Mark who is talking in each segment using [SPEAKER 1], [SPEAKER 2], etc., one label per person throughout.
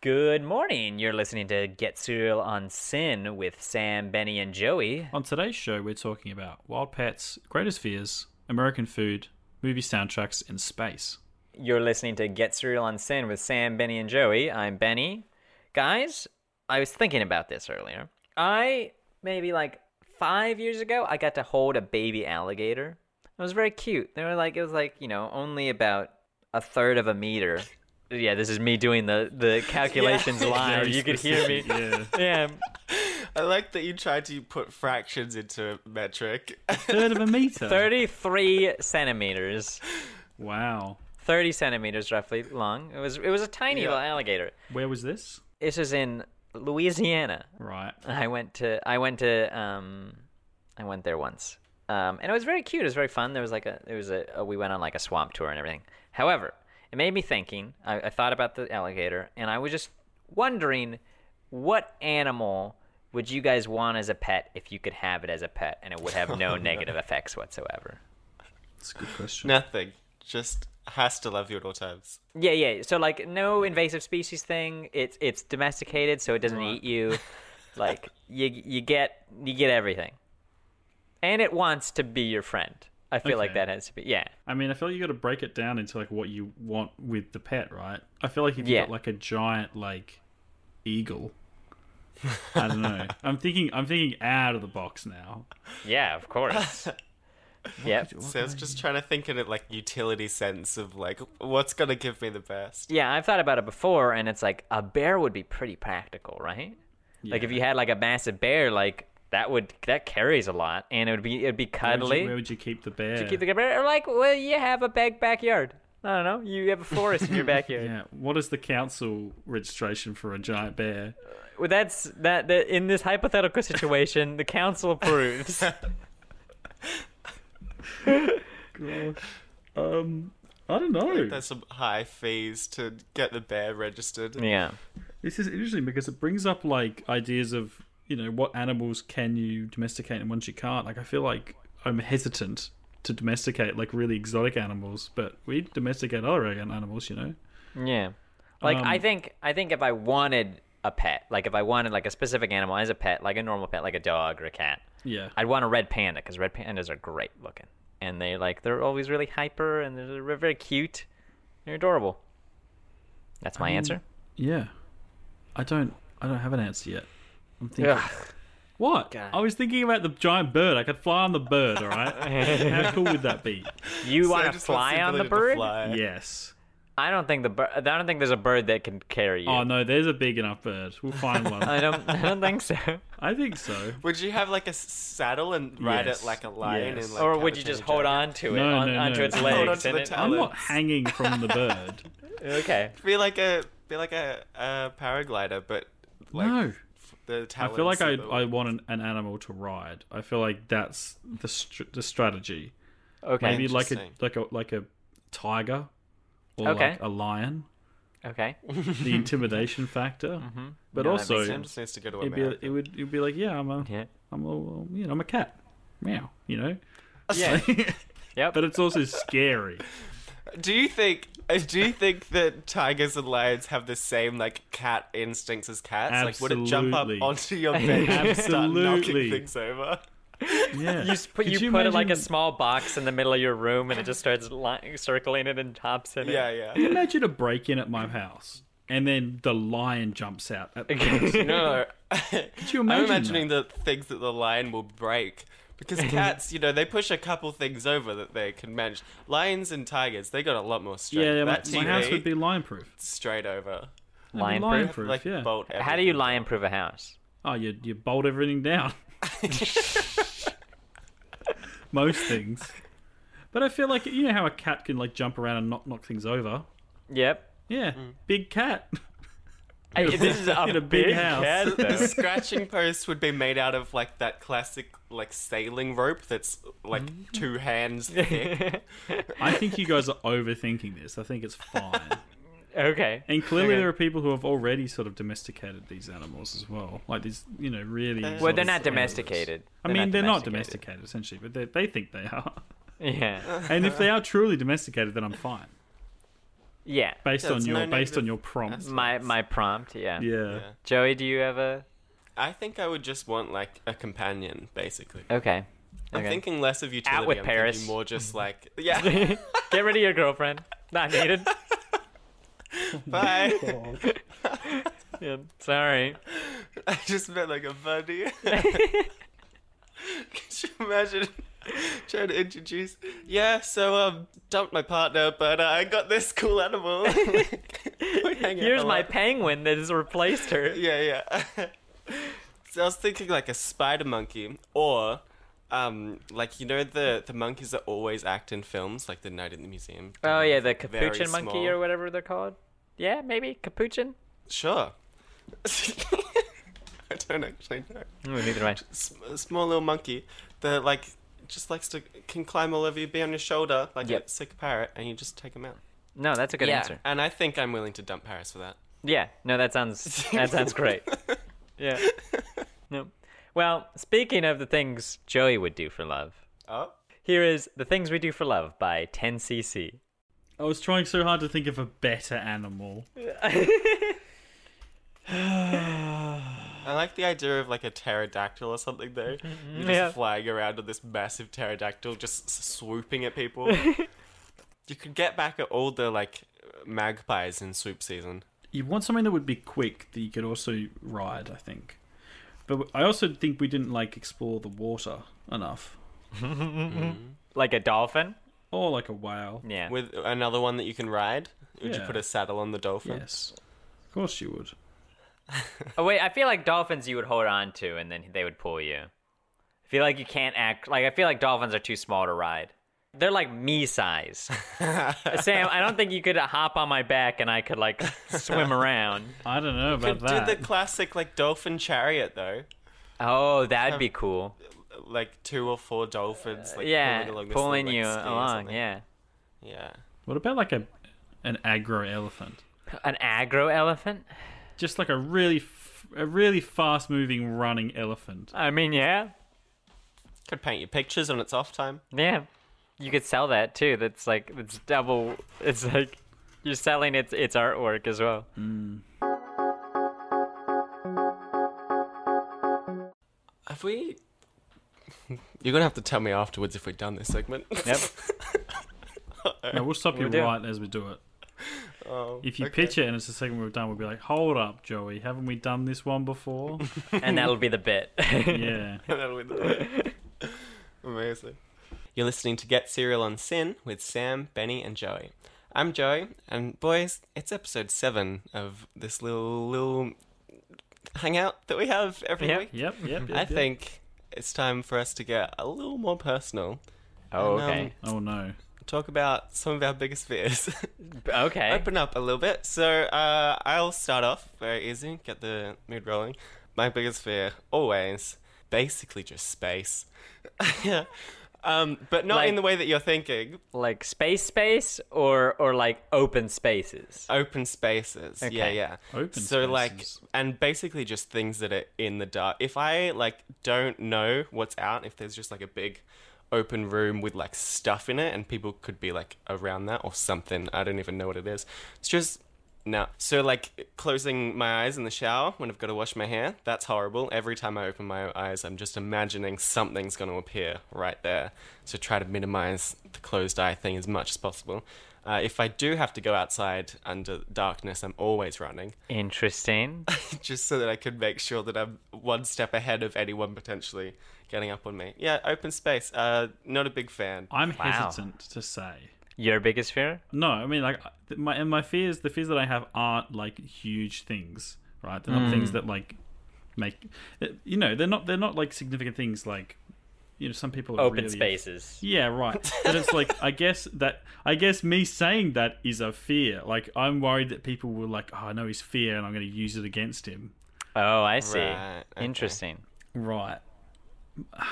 [SPEAKER 1] Good morning. You're listening to Get Serial on Sin with Sam, Benny, and Joey.
[SPEAKER 2] On today's show, we're talking about wild pets, greatest fears, American food, movie soundtracks, and space.
[SPEAKER 1] You're listening to Get Serial on Sin with Sam, Benny, and Joey. I'm Benny. Guys, I was thinking about this earlier. I, maybe like five years ago, I got to hold a baby alligator. It was very cute. They were like, it was like, you know, only about a third of a meter. Yeah, this is me doing the, the calculations live.
[SPEAKER 2] Very
[SPEAKER 1] Ah, You could hear me.
[SPEAKER 2] specific, Yeah.
[SPEAKER 1] Yeah,
[SPEAKER 3] I like that you tried to put fractions into metric.
[SPEAKER 2] Third of a meter.
[SPEAKER 1] 33 centimeters.
[SPEAKER 2] Wow.
[SPEAKER 1] 30 centimeters roughly long. It was it was a tiny
[SPEAKER 3] Yeah.
[SPEAKER 1] little alligator.
[SPEAKER 2] Where was this?
[SPEAKER 1] This is in Louisiana.
[SPEAKER 2] Right.
[SPEAKER 1] I went to I went to um I went there once. Um, and it was very cute. It was very fun. There was like a it was a, a we went on like a swamp tour and everything. However, it made me thinking. I, I thought about the alligator and I was just wondering what animal would you guys want as a pet if you could have it as a pet and it would have no negative effects whatsoever?
[SPEAKER 2] That's a good question.
[SPEAKER 3] Nothing. Just has to love you at all times.
[SPEAKER 1] Yeah, yeah. So like no invasive species thing. It's it's domesticated, so it doesn't
[SPEAKER 2] Right.
[SPEAKER 1] eat you. like you you get you get everything, and it wants to be your friend. I feel like
[SPEAKER 2] Okay.
[SPEAKER 1] that has to be yeah.
[SPEAKER 2] I mean, I feel like you got to break it down into like what you want with the pet, right? I feel like if you
[SPEAKER 1] Yeah.
[SPEAKER 2] got like a giant like eagle, I don't know. I'm thinking. I'm thinking out of the box now.
[SPEAKER 1] Yeah, of course. yep.
[SPEAKER 3] So I was just trying to think in it like utility sense of like what's gonna give me the best.
[SPEAKER 1] Yeah, I've thought about it before, and it's like a bear would be pretty practical, right? Like if you had like a massive bear, like that would that carries a lot, and it would be it'd be
[SPEAKER 2] Where would,
[SPEAKER 1] cuddly.
[SPEAKER 2] you, where would you keep the bear?
[SPEAKER 1] Keep the bear or like well, you have a big backyard. I don't know. You have a forest in your backyard.
[SPEAKER 2] yeah. What is the council registration for a giant bear?
[SPEAKER 1] Well, that's that, that. In this hypothetical situation, the council approves.
[SPEAKER 2] Gosh. Um, I don't know.
[SPEAKER 3] There's some high fees to get the bear registered.
[SPEAKER 1] yeah,
[SPEAKER 2] This is interesting because it brings up like ideas of you know what animals can you domesticate and ones you can't. Like I feel like I'm hesitant to domesticate like really exotic animals, but we domesticate other an- animals, you know.
[SPEAKER 1] yeah. Like I
[SPEAKER 2] Um,
[SPEAKER 1] think, I think if I wanted a pet, like if I wanted like a specific animal as a pet, like a normal pet, like a dog or a cat,
[SPEAKER 2] Yeah.
[SPEAKER 1] I'd want a red panda because red pandas are great looking, and they like they're always really hyper and they're re- very cute, they're adorable. That's my answer.
[SPEAKER 2] yeah. I don't. I don't have an answer yet. I'm thinking. What?
[SPEAKER 1] God.
[SPEAKER 2] I was thinking about the giant bird. I could fly on the bird. All right. How cool would that be?
[SPEAKER 1] You
[SPEAKER 3] So I
[SPEAKER 1] want to
[SPEAKER 3] just want
[SPEAKER 1] fly on the
[SPEAKER 3] ability to
[SPEAKER 1] bird?
[SPEAKER 3] fly.
[SPEAKER 2] Yes.
[SPEAKER 1] I don't think the bir- I don't think there's a bird that can carry you.
[SPEAKER 2] Oh no, there's a big enough bird. We'll find
[SPEAKER 1] I
[SPEAKER 2] one.
[SPEAKER 1] don't. I don't think so.
[SPEAKER 2] I think so.
[SPEAKER 3] Would you have like a s- saddle and ride
[SPEAKER 2] Yes.
[SPEAKER 3] it like a lion?
[SPEAKER 2] Yes.
[SPEAKER 3] And, like,
[SPEAKER 1] or
[SPEAKER 3] have
[SPEAKER 1] would
[SPEAKER 3] it
[SPEAKER 1] you
[SPEAKER 3] in
[SPEAKER 1] just
[SPEAKER 3] a
[SPEAKER 1] hold
[SPEAKER 3] jar?
[SPEAKER 1] on to it,
[SPEAKER 2] No,
[SPEAKER 1] on,
[SPEAKER 2] no,
[SPEAKER 1] onto
[SPEAKER 2] no.
[SPEAKER 1] its
[SPEAKER 2] Hold
[SPEAKER 1] legs?
[SPEAKER 3] onto
[SPEAKER 1] and
[SPEAKER 3] the
[SPEAKER 1] it-
[SPEAKER 3] towel.
[SPEAKER 2] I'm not
[SPEAKER 3] Alex.
[SPEAKER 2] hanging from the bird.
[SPEAKER 1] okay.
[SPEAKER 3] Be like a be like a, a paraglider, but like
[SPEAKER 2] no.
[SPEAKER 3] the
[SPEAKER 2] I
[SPEAKER 3] talons.
[SPEAKER 2] feel like I,
[SPEAKER 3] and the-
[SPEAKER 2] I want an, an animal to ride. I feel like that's the str- the strategy.
[SPEAKER 1] Okay.
[SPEAKER 2] Maybe like a
[SPEAKER 3] Interesting.
[SPEAKER 2] like a like a tiger or
[SPEAKER 1] Okay.
[SPEAKER 2] like a lion.
[SPEAKER 1] Okay.
[SPEAKER 2] The intimidation factor, but
[SPEAKER 1] No, Mm-hmm. that
[SPEAKER 2] also
[SPEAKER 1] makes
[SPEAKER 3] Sam
[SPEAKER 2] it'd
[SPEAKER 3] just needs to go to
[SPEAKER 2] be
[SPEAKER 3] America.
[SPEAKER 2] it would it'd be like yeah I'm a
[SPEAKER 1] Yeah.
[SPEAKER 2] am a you know I'm a cat meow you know,
[SPEAKER 1] Yeah. yep.
[SPEAKER 2] but uh, it's also scary.
[SPEAKER 3] Do you think? uh, Do you think that tigers and lions have the same like cat instincts as cats? Like, would it jump up
[SPEAKER 2] Absolutely.
[SPEAKER 3] onto your bed and start
[SPEAKER 2] Absolutely.
[SPEAKER 3] knocking things over?
[SPEAKER 2] Yeah,
[SPEAKER 1] You s- put
[SPEAKER 2] Could
[SPEAKER 1] you, put it like a
[SPEAKER 2] imagine-
[SPEAKER 1] small box in the middle of your room, and it just starts li- circling it and hops in
[SPEAKER 3] Yeah,
[SPEAKER 1] it.
[SPEAKER 3] yeah.
[SPEAKER 2] imagine a break in at my house and then the lion jumps out. At the house.
[SPEAKER 3] No,
[SPEAKER 2] you
[SPEAKER 3] I'm
[SPEAKER 2] imagine
[SPEAKER 3] imagining the things that the lion will break because cats, you know, they push a couple things over that they can manage. Lions and tigers, they got a lot more strength.
[SPEAKER 2] yeah, yeah my,
[SPEAKER 3] that
[SPEAKER 2] my
[SPEAKER 3] TV,
[SPEAKER 2] house would be lion proof.
[SPEAKER 3] straight over.
[SPEAKER 1] Lion
[SPEAKER 2] lion
[SPEAKER 1] proof.
[SPEAKER 2] proof.
[SPEAKER 3] Like
[SPEAKER 2] yeah.
[SPEAKER 3] bolt.
[SPEAKER 1] How do you lion proof a house?
[SPEAKER 2] Oh, you you bolt everything down. Most things. But I feel like you know how a cat can like jump around and knock knock things over.
[SPEAKER 1] Yep.
[SPEAKER 2] Yeah, big cat.
[SPEAKER 1] I, this is a,
[SPEAKER 2] In a big
[SPEAKER 1] big,
[SPEAKER 2] house.
[SPEAKER 1] cat,
[SPEAKER 3] The
[SPEAKER 1] though.
[SPEAKER 3] scratching post would be made out of like that classic like sailing rope that's like
[SPEAKER 1] Mm.
[SPEAKER 3] two hands thick.
[SPEAKER 2] I think you guys are overthinking this. I think it's fine.
[SPEAKER 1] okay.
[SPEAKER 2] And clearly
[SPEAKER 1] Okay.
[SPEAKER 2] there are people who have already sort of domesticated these animals as well. Like these, you know, really.
[SPEAKER 1] Well,
[SPEAKER 2] sort
[SPEAKER 1] they're
[SPEAKER 2] of
[SPEAKER 1] not
[SPEAKER 2] animals.
[SPEAKER 1] domesticated.
[SPEAKER 2] I mean, they're not domesticated essentially, but they they think they are.
[SPEAKER 1] Yeah.
[SPEAKER 2] And if they are truly domesticated, then I'm fine.
[SPEAKER 1] Yeah.
[SPEAKER 2] based
[SPEAKER 3] Yeah,
[SPEAKER 2] on
[SPEAKER 3] it's no
[SPEAKER 2] your based
[SPEAKER 3] negative
[SPEAKER 2] on your prompt.
[SPEAKER 3] aspect.
[SPEAKER 1] My my prompt, yeah.
[SPEAKER 2] Yeah.
[SPEAKER 3] Yeah.
[SPEAKER 1] Joey, do you have a
[SPEAKER 3] I think I would just want like a companion, basically.
[SPEAKER 1] Okay.
[SPEAKER 3] I'm
[SPEAKER 1] Okay.
[SPEAKER 3] thinking less of utility.
[SPEAKER 1] with
[SPEAKER 3] I'm
[SPEAKER 1] Paris.
[SPEAKER 3] thinking more just like yeah.
[SPEAKER 1] Get rid of your girlfriend. Not needed.
[SPEAKER 3] Bye.
[SPEAKER 1] Yeah, sorry.
[SPEAKER 3] I just met like a buddy. Could you imagine trying to introduce? Yeah, so um, dumped my partner, but uh, I got this cool animal. We hang out
[SPEAKER 1] Here's
[SPEAKER 3] a
[SPEAKER 1] my
[SPEAKER 3] lot.
[SPEAKER 1] penguin that has replaced her.
[SPEAKER 3] yeah, yeah. so I was thinking like a spider monkey, or um, like you know the the monkeys that always act in films, like the Night at the Museum.
[SPEAKER 1] Oh yeah, the
[SPEAKER 3] Very
[SPEAKER 1] capuchin monkey
[SPEAKER 3] small.
[SPEAKER 1] or whatever they're called. Yeah, maybe capuchin.
[SPEAKER 3] Sure. I don't actually know.
[SPEAKER 1] Mm, neither do I.
[SPEAKER 3] S- a small little monkey that like just likes to can climb all over you, be on your shoulder like
[SPEAKER 1] Yep.
[SPEAKER 3] a sick parrot, and you just take him out.
[SPEAKER 1] No, that's a good
[SPEAKER 3] yeah,
[SPEAKER 1] answer.
[SPEAKER 3] and I think I'm willing to dump Paris for that.
[SPEAKER 1] Yeah. No, that sounds that sounds great. Yeah. No. Well, speaking of the things Joey would do for love,
[SPEAKER 3] Oh,
[SPEAKER 1] here is The Things We Do for Love by 10cc.
[SPEAKER 2] I was trying so hard to think of a better animal.
[SPEAKER 3] I like the idea of like a pterodactyl or something though. You're just
[SPEAKER 1] Mm-hmm, Yeah.
[SPEAKER 3] flying around on this massive pterodactyl, just s- swooping at people. you could get back at all the like magpies in swoop season.
[SPEAKER 2] You want something that would be quick that you could also ride, I think. But I also think we didn't like explore the water enough,
[SPEAKER 1] Like a dolphin?
[SPEAKER 2] or like a whale.
[SPEAKER 1] Yeah.
[SPEAKER 3] With another one that you can ride, would you
[SPEAKER 2] Yeah.
[SPEAKER 3] put a saddle on the dolphin?
[SPEAKER 2] Yes, of course you would.
[SPEAKER 1] Oh wait, I feel like dolphins you would hold on to and then they would pull you. I feel like you can't act like I feel like dolphins are too small to ride. They're like me size. Sam, I don't think you could hop on my back and I could like swim around.
[SPEAKER 2] I don't know
[SPEAKER 3] Could
[SPEAKER 2] about
[SPEAKER 3] do
[SPEAKER 2] that.
[SPEAKER 3] the classic like dolphin chariot though.
[SPEAKER 1] Oh, that'd be cool.
[SPEAKER 3] like two or four dolphins, like
[SPEAKER 1] yeah,
[SPEAKER 3] pulling along
[SPEAKER 1] pulling,
[SPEAKER 3] this little,
[SPEAKER 1] you
[SPEAKER 3] like, ski or
[SPEAKER 1] along.
[SPEAKER 3] something.
[SPEAKER 1] Yeah,
[SPEAKER 3] yeah.
[SPEAKER 2] What about like a an aggro elephant?
[SPEAKER 1] an aggro elephant.
[SPEAKER 2] Just like a really f- a really fast moving running elephant.
[SPEAKER 1] I mean, yeah,
[SPEAKER 3] Could paint your pictures on its off time.
[SPEAKER 1] yeah. You could sell that too. That's like it's double. It's like you're selling its its artwork as well.
[SPEAKER 3] Have we? You're gonna have to tell me afterwards if we've done this segment.
[SPEAKER 1] Yep.
[SPEAKER 3] Uh,
[SPEAKER 2] No, we'll stop you
[SPEAKER 1] do.
[SPEAKER 2] right as we do it.
[SPEAKER 3] Oh,
[SPEAKER 2] If you
[SPEAKER 3] okay.
[SPEAKER 2] pitch it and it's the second we've done, we'll be like, "Hold up, Joey, haven't we done this one before?"
[SPEAKER 1] and that'll be the bit.
[SPEAKER 2] yeah.
[SPEAKER 3] That'll be the- Amazing. You're listening to Get Serial on Sin with Sam, Benny, and Joey. I'm Joey, and boys, it's episode seven of this little little hangout that we have every
[SPEAKER 1] Yep.
[SPEAKER 3] week.
[SPEAKER 2] Yep. Yep. yep
[SPEAKER 3] I
[SPEAKER 2] yep.
[SPEAKER 3] think it's time for us to get a little more personal.
[SPEAKER 1] Oh,
[SPEAKER 3] And, um,
[SPEAKER 1] okay.
[SPEAKER 2] Oh no.
[SPEAKER 3] Talk about some of our biggest fears.
[SPEAKER 1] okay.
[SPEAKER 3] Open up a little bit. So uh, I'll start off very easy, get the mood rolling. My biggest fear, always, basically just space. yeah. Um, but not in
[SPEAKER 1] Like-
[SPEAKER 3] the way that you're thinking.
[SPEAKER 1] like space space or or like open spaces.
[SPEAKER 3] Open spaces. Yeah,
[SPEAKER 1] Okay.
[SPEAKER 3] yeah.
[SPEAKER 2] Open
[SPEAKER 3] so like
[SPEAKER 2] spaces.
[SPEAKER 3] and basically just things that are in the dark. If I like don't know what's out, if there's just like a big open room with like stuff in it and people could be like around that or something. I don't even know what it is. It's just no. So like closing my eyes in the shower when I've got to wash my hair, that's horrible. Every time I open my eyes, I'm just imagining something's going to appear right there. So try to minimize the closed eye thing as much as possible. Uh, if I do have to go outside under darkness, I'm always running
[SPEAKER 1] Interesting.
[SPEAKER 3] just so that I could make sure that I'm one step ahead of anyone potentially getting up on me. Yeah, open space. Uh, not a big fan.
[SPEAKER 2] I'm
[SPEAKER 1] Wow.
[SPEAKER 2] hesitant to say.
[SPEAKER 1] Your biggest fear?
[SPEAKER 2] No, I mean like th- my and my fears, the fears that I have aren't like huge things, right? They're not things that like make eh, you know they're not they're not like significant things like you know some people are
[SPEAKER 1] Open
[SPEAKER 2] really-
[SPEAKER 1] spaces.
[SPEAKER 2] Yeah, right. But it's like I guess that I guess me saying that is a fear. Like I'm worried that people will like, oh, I know his fear, and I'm going to use it against him.
[SPEAKER 1] Oh, I see.
[SPEAKER 3] Right, okay.
[SPEAKER 1] Interesting.
[SPEAKER 2] Right.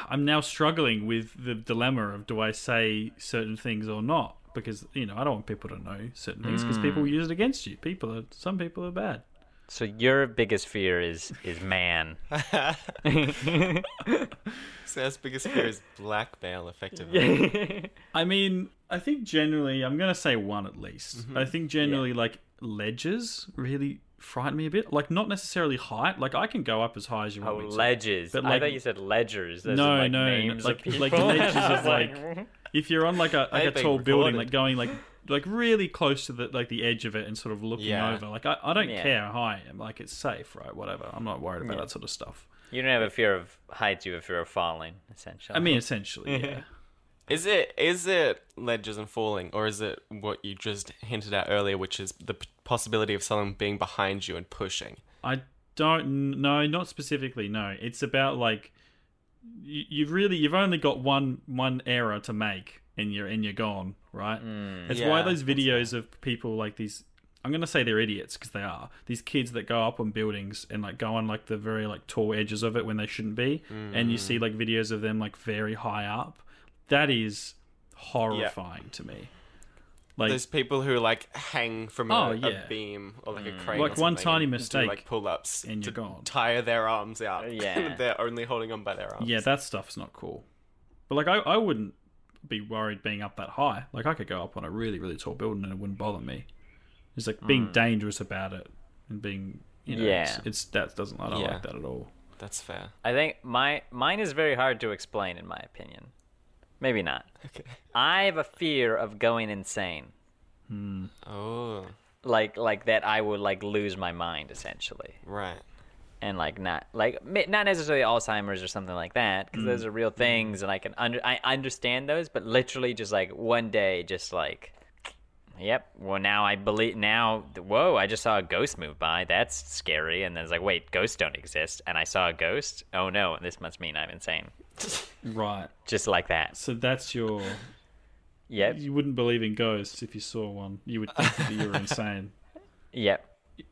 [SPEAKER 2] I'm now struggling with the dilemma of do I say certain things or not because you know I don't want people to know certain things because people use it against you. People are some people are bad.
[SPEAKER 1] So your biggest fear is is man.
[SPEAKER 3] Sarah's biggest fear is blackmail, effectively.
[SPEAKER 2] I mean, I think generally, I'm going to say one at least. I think generally, like, ledges really frighten me a bit. Like, not necessarily height. Like, I can go up as high as you
[SPEAKER 1] Oh,
[SPEAKER 2] want me to.
[SPEAKER 1] ledges.
[SPEAKER 2] But
[SPEAKER 1] I
[SPEAKER 2] like-
[SPEAKER 1] thought you said ledgers. Those
[SPEAKER 2] no,
[SPEAKER 1] are, like,
[SPEAKER 2] no,
[SPEAKER 1] names
[SPEAKER 2] like,
[SPEAKER 1] of people.
[SPEAKER 2] like ledges
[SPEAKER 1] I
[SPEAKER 2] of
[SPEAKER 1] was
[SPEAKER 2] like if you're on like a like
[SPEAKER 3] They're
[SPEAKER 2] a tall
[SPEAKER 3] being
[SPEAKER 2] building,
[SPEAKER 3] recorded.
[SPEAKER 2] like going like like really close to the like the edge of it and sort of looking
[SPEAKER 3] Yeah.
[SPEAKER 2] over. Like I, I don't
[SPEAKER 1] Yeah.
[SPEAKER 2] care how high I am, like it's safe, right? Whatever. I'm not worried about
[SPEAKER 1] Yeah.
[SPEAKER 2] that sort of stuff.
[SPEAKER 1] you don't have a fear of heights. You have a fear of falling, essentially.
[SPEAKER 2] I mean, essentially, yeah.
[SPEAKER 3] Is it is it ledges and falling, or is it what you just hinted at earlier, which is the p- possibility of someone being behind you and pushing?
[SPEAKER 2] I don't no, not specifically. No, it's about like you, you've really you've only got one one error to make, and you're and you're gone, right? it's why
[SPEAKER 3] Mm, Yeah,
[SPEAKER 2] those videos of people like these. I'm gonna say they're idiots because they are these kids that go up on buildings and like go on like the very like tall edges of it when they shouldn't be, and you
[SPEAKER 3] Mm.
[SPEAKER 2] see like videos of them like very high up. That is horrifying to me. Like
[SPEAKER 3] Those people who like hang from a,
[SPEAKER 2] Oh,
[SPEAKER 3] a
[SPEAKER 2] yeah.
[SPEAKER 3] beam or like a crane,
[SPEAKER 2] Like,
[SPEAKER 3] or
[SPEAKER 2] one
[SPEAKER 3] something
[SPEAKER 2] tiny
[SPEAKER 3] and do,
[SPEAKER 2] mistake
[SPEAKER 3] like pull ups,
[SPEAKER 2] and you're gone.
[SPEAKER 3] Tire their arms out.
[SPEAKER 1] Yeah.
[SPEAKER 3] they're only holding on by their arms.
[SPEAKER 2] Yeah, that stuff's not cool. But like, I, I wouldn't be worried being up that high. Like, I could go up on a really, really tall building and it wouldn't bother me. It's like being dangerous about it and being, you know, it's,
[SPEAKER 1] Mm. Yeah.
[SPEAKER 2] it's that doesn't. I don't
[SPEAKER 3] Yeah.
[SPEAKER 2] like that at all.
[SPEAKER 3] that's fair.
[SPEAKER 1] I think my mine is very hard to explain, in my opinion. Maybe not.
[SPEAKER 3] Okay.
[SPEAKER 1] I have a fear of going insane.
[SPEAKER 3] Oh,
[SPEAKER 1] Like like that, I would like lose my mind essentially.
[SPEAKER 3] right.
[SPEAKER 1] and like not like ma- not necessarily Alzheimer's or something like that because
[SPEAKER 2] Mm.
[SPEAKER 1] those are real things and I can under I understand those, but literally just like one day, just like, yep. Well, now I believe now. Whoa, I just saw a ghost move by. That's scary. And then it's like, wait, ghosts don't exist. And I saw a ghost. Oh no, this must mean I'm insane.
[SPEAKER 2] Right.
[SPEAKER 1] Just like that.
[SPEAKER 2] So that's your.
[SPEAKER 1] Yep.
[SPEAKER 2] You wouldn't believe in ghosts if you saw one. You would think that you were insane.
[SPEAKER 1] Yep.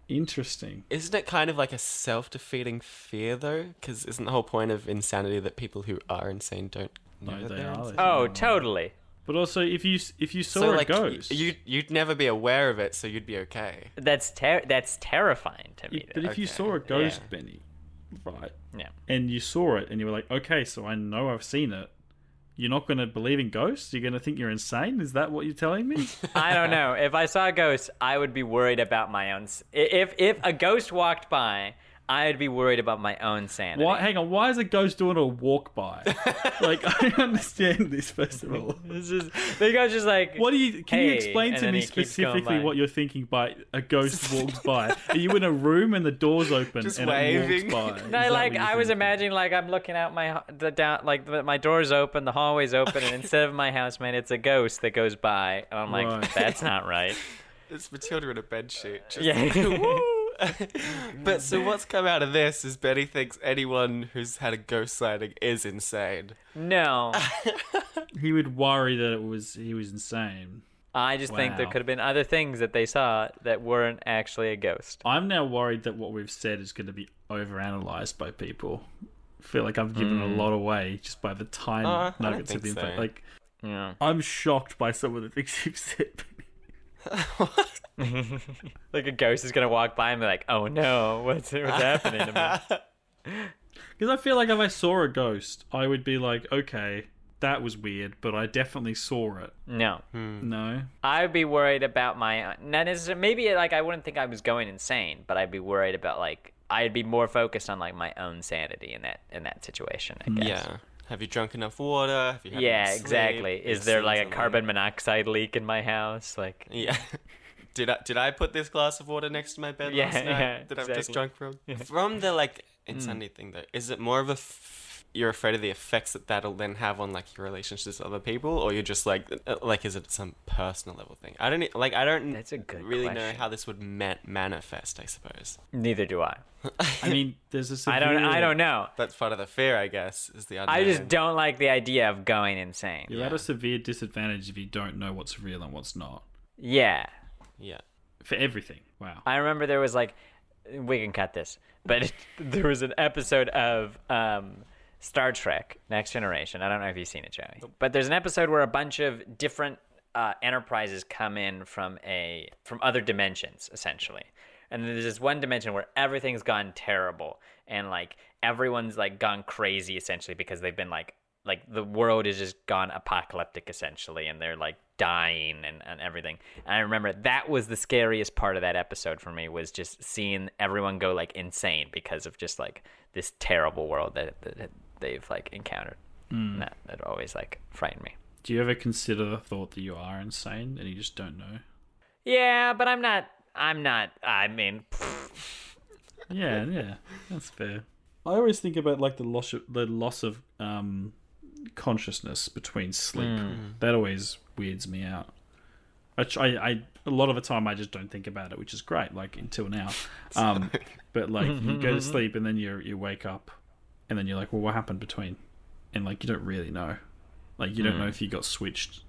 [SPEAKER 2] Interesting.
[SPEAKER 3] Isn't it kind of like a self defeating fear though? Because isn't the whole point of insanity that people who are insane don't know
[SPEAKER 2] No,
[SPEAKER 3] that
[SPEAKER 2] they
[SPEAKER 3] they're
[SPEAKER 2] are.
[SPEAKER 3] insane?
[SPEAKER 2] they-
[SPEAKER 1] Oh, totally.
[SPEAKER 2] But also, if you if you saw a
[SPEAKER 3] so like y-
[SPEAKER 2] ghost,
[SPEAKER 3] you you'd never be aware of it, so you'd be okay.
[SPEAKER 1] That's ter- that's terrifying to me.
[SPEAKER 2] but
[SPEAKER 1] though.
[SPEAKER 2] if you
[SPEAKER 3] Okay,
[SPEAKER 2] saw a ghost,
[SPEAKER 1] yeah.
[SPEAKER 2] Benny, right?
[SPEAKER 1] Yeah.
[SPEAKER 2] and you saw it and you were like, okay, so I know I've seen it. You're not going to believe in ghosts? You're going to think you're insane? Is that what you're telling me?
[SPEAKER 1] I don't know. If I saw a ghost, I would be worried about my own. s- i- If if a ghost walked by, I'd be worried about my own sanity.
[SPEAKER 2] why, hang on, why is a ghost doing a walk by? like, I don't understand this, first of all.
[SPEAKER 1] This is the guy's just like.
[SPEAKER 2] What do you can you
[SPEAKER 1] "Hey,"
[SPEAKER 2] explain
[SPEAKER 1] and
[SPEAKER 2] to
[SPEAKER 1] then
[SPEAKER 2] me
[SPEAKER 1] he keeps going
[SPEAKER 2] specifically
[SPEAKER 1] by.
[SPEAKER 2] what you're thinking by a ghost walks by? Are you in a room and the door's open
[SPEAKER 3] Just
[SPEAKER 2] and
[SPEAKER 3] waving.
[SPEAKER 2] it walks by? Is
[SPEAKER 1] No,
[SPEAKER 2] that
[SPEAKER 1] like
[SPEAKER 2] what you're
[SPEAKER 1] I was
[SPEAKER 2] thinking?
[SPEAKER 1] imagining, like I'm looking out my ho- the down, like the, my door's open, the hallway's open, and instead of my housemate, it's a ghost that goes by, and I'm like,
[SPEAKER 2] Right.
[SPEAKER 1] that's not right.
[SPEAKER 3] It's Matilda in a bed sheet. Just
[SPEAKER 1] Yeah.
[SPEAKER 3] like, "Woo." but so what's come out of this is Betty thinks anyone who's had a ghost sighting is insane.
[SPEAKER 1] No,
[SPEAKER 2] He would worry that it was he was insane.
[SPEAKER 1] I just think there
[SPEAKER 2] Wow.
[SPEAKER 1] could have been other things that they saw that weren't actually a ghost.
[SPEAKER 2] I'm now worried that what we've said is going to be overanalyzed by people. I feel like I've given
[SPEAKER 1] Hmm.
[SPEAKER 2] a lot away just by the tiny
[SPEAKER 1] Oh,
[SPEAKER 3] Uh, I don't
[SPEAKER 2] nuggets of the
[SPEAKER 3] think
[SPEAKER 2] info.
[SPEAKER 3] so.
[SPEAKER 2] Like,
[SPEAKER 1] Yeah.
[SPEAKER 2] I'm shocked by some of the things you've said.
[SPEAKER 1] Like a ghost is gonna walk by and be like, "Oh no, what's what's happening to me?"
[SPEAKER 2] Because I feel like if I saw a ghost, I would be like, okay, that was weird, but I definitely saw it.
[SPEAKER 1] No,
[SPEAKER 3] Hmm.
[SPEAKER 2] No?
[SPEAKER 1] I'd be worried about my uh, not necessarily maybe like I wouldn't think I was going insane, but I'd be worried about like I'd be more focused on like my own sanity in that in that situation. I guess.
[SPEAKER 3] Yeah. Have you drunk enough water? Have you had
[SPEAKER 1] Yeah,
[SPEAKER 3] enough sleep?
[SPEAKER 1] exactly. Is
[SPEAKER 3] You've
[SPEAKER 1] there
[SPEAKER 3] seen
[SPEAKER 1] like a
[SPEAKER 3] something?
[SPEAKER 1] carbon monoxide leak in my house? Like,
[SPEAKER 3] Yeah. Did I did I put this glass of water next to my bed
[SPEAKER 1] Yeah,
[SPEAKER 3] last night
[SPEAKER 1] yeah,
[SPEAKER 3] that I've just
[SPEAKER 1] exactly. Hmm.
[SPEAKER 3] drunk from? From the like insanity thing though, is it more of a f- you're afraid of the effects that that'll then have on like your relationships with other people, or you're just like uh, like is it some personal level thing? I don't e- like I don't
[SPEAKER 1] That's a good
[SPEAKER 3] really know
[SPEAKER 1] question.
[SPEAKER 3] how this would ma- manifest. I suppose
[SPEAKER 1] neither do I.
[SPEAKER 2] I mean, there's a severe...
[SPEAKER 1] I don't. I don't know.
[SPEAKER 3] that's part of the fear, I guess, is the unknown.
[SPEAKER 1] I just don't like the idea of going insane.
[SPEAKER 2] You're at a severe disadvantage if you don't know what's real and what's not.
[SPEAKER 1] yeah.
[SPEAKER 3] yeah.
[SPEAKER 2] For everything. Wow.
[SPEAKER 1] I remember there was like, we can cut this, but there was an episode of um, Star Trek Next Generation. I don't know if you've seen it, Joey, but there's an episode where a bunch of different uh, enterprises come in from a from other dimensions, essentially, and then there's this one dimension where everything's gone terrible and like everyone's like gone crazy essentially because they've been like like the world is just gone apocalyptic essentially and they're like dying and, and everything and i remember that was the scariest part of that episode for me was just seeing everyone go like insane because of just like this terrible world that, that that they've like encountered and that, that always like frightened me
[SPEAKER 2] Do you ever consider the thought that you are insane and you just don't know?
[SPEAKER 1] yeah but i'm not i'm not i mean
[SPEAKER 2] Yeah, yeah, that's fair. I always think about like the loss of, the loss of um, consciousness between sleep. That always weirds me out. I, tr- I, I a lot of the time I just don't think about it, which is great. Like until now, um, but like you go to sleep and then you you wake up, and then you're like, well, what happened between? And like you don't really know. Like you don't know if you got switched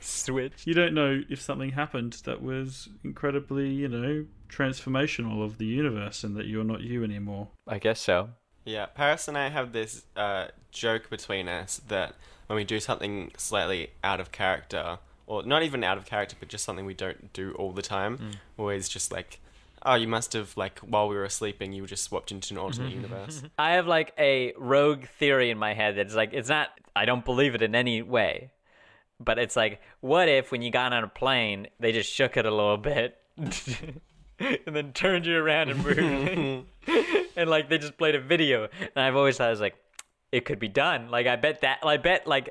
[SPEAKER 1] switch
[SPEAKER 2] you don't know if something happened that was incredibly, you know, transformational of the universe and that you're not you anymore.
[SPEAKER 1] i guess so
[SPEAKER 3] Yeah, Paris and I have this uh, joke between us that when we do something slightly out of character, or not even out of character, but just something we don't do all the time,
[SPEAKER 1] Mm.
[SPEAKER 3] always just like, oh, you must have, like, while we were sleeping, you were just swapped into an alternate
[SPEAKER 1] Mm-hmm.
[SPEAKER 3] universe.
[SPEAKER 1] I have like a rogue theory in my head that's like it's not I don't believe it in any way. But it's like what if when you got on a plane they just shook it a little bit and then turned you around and moved and like they just played a video and I've always thought I was like it could be done. Like I bet that I bet like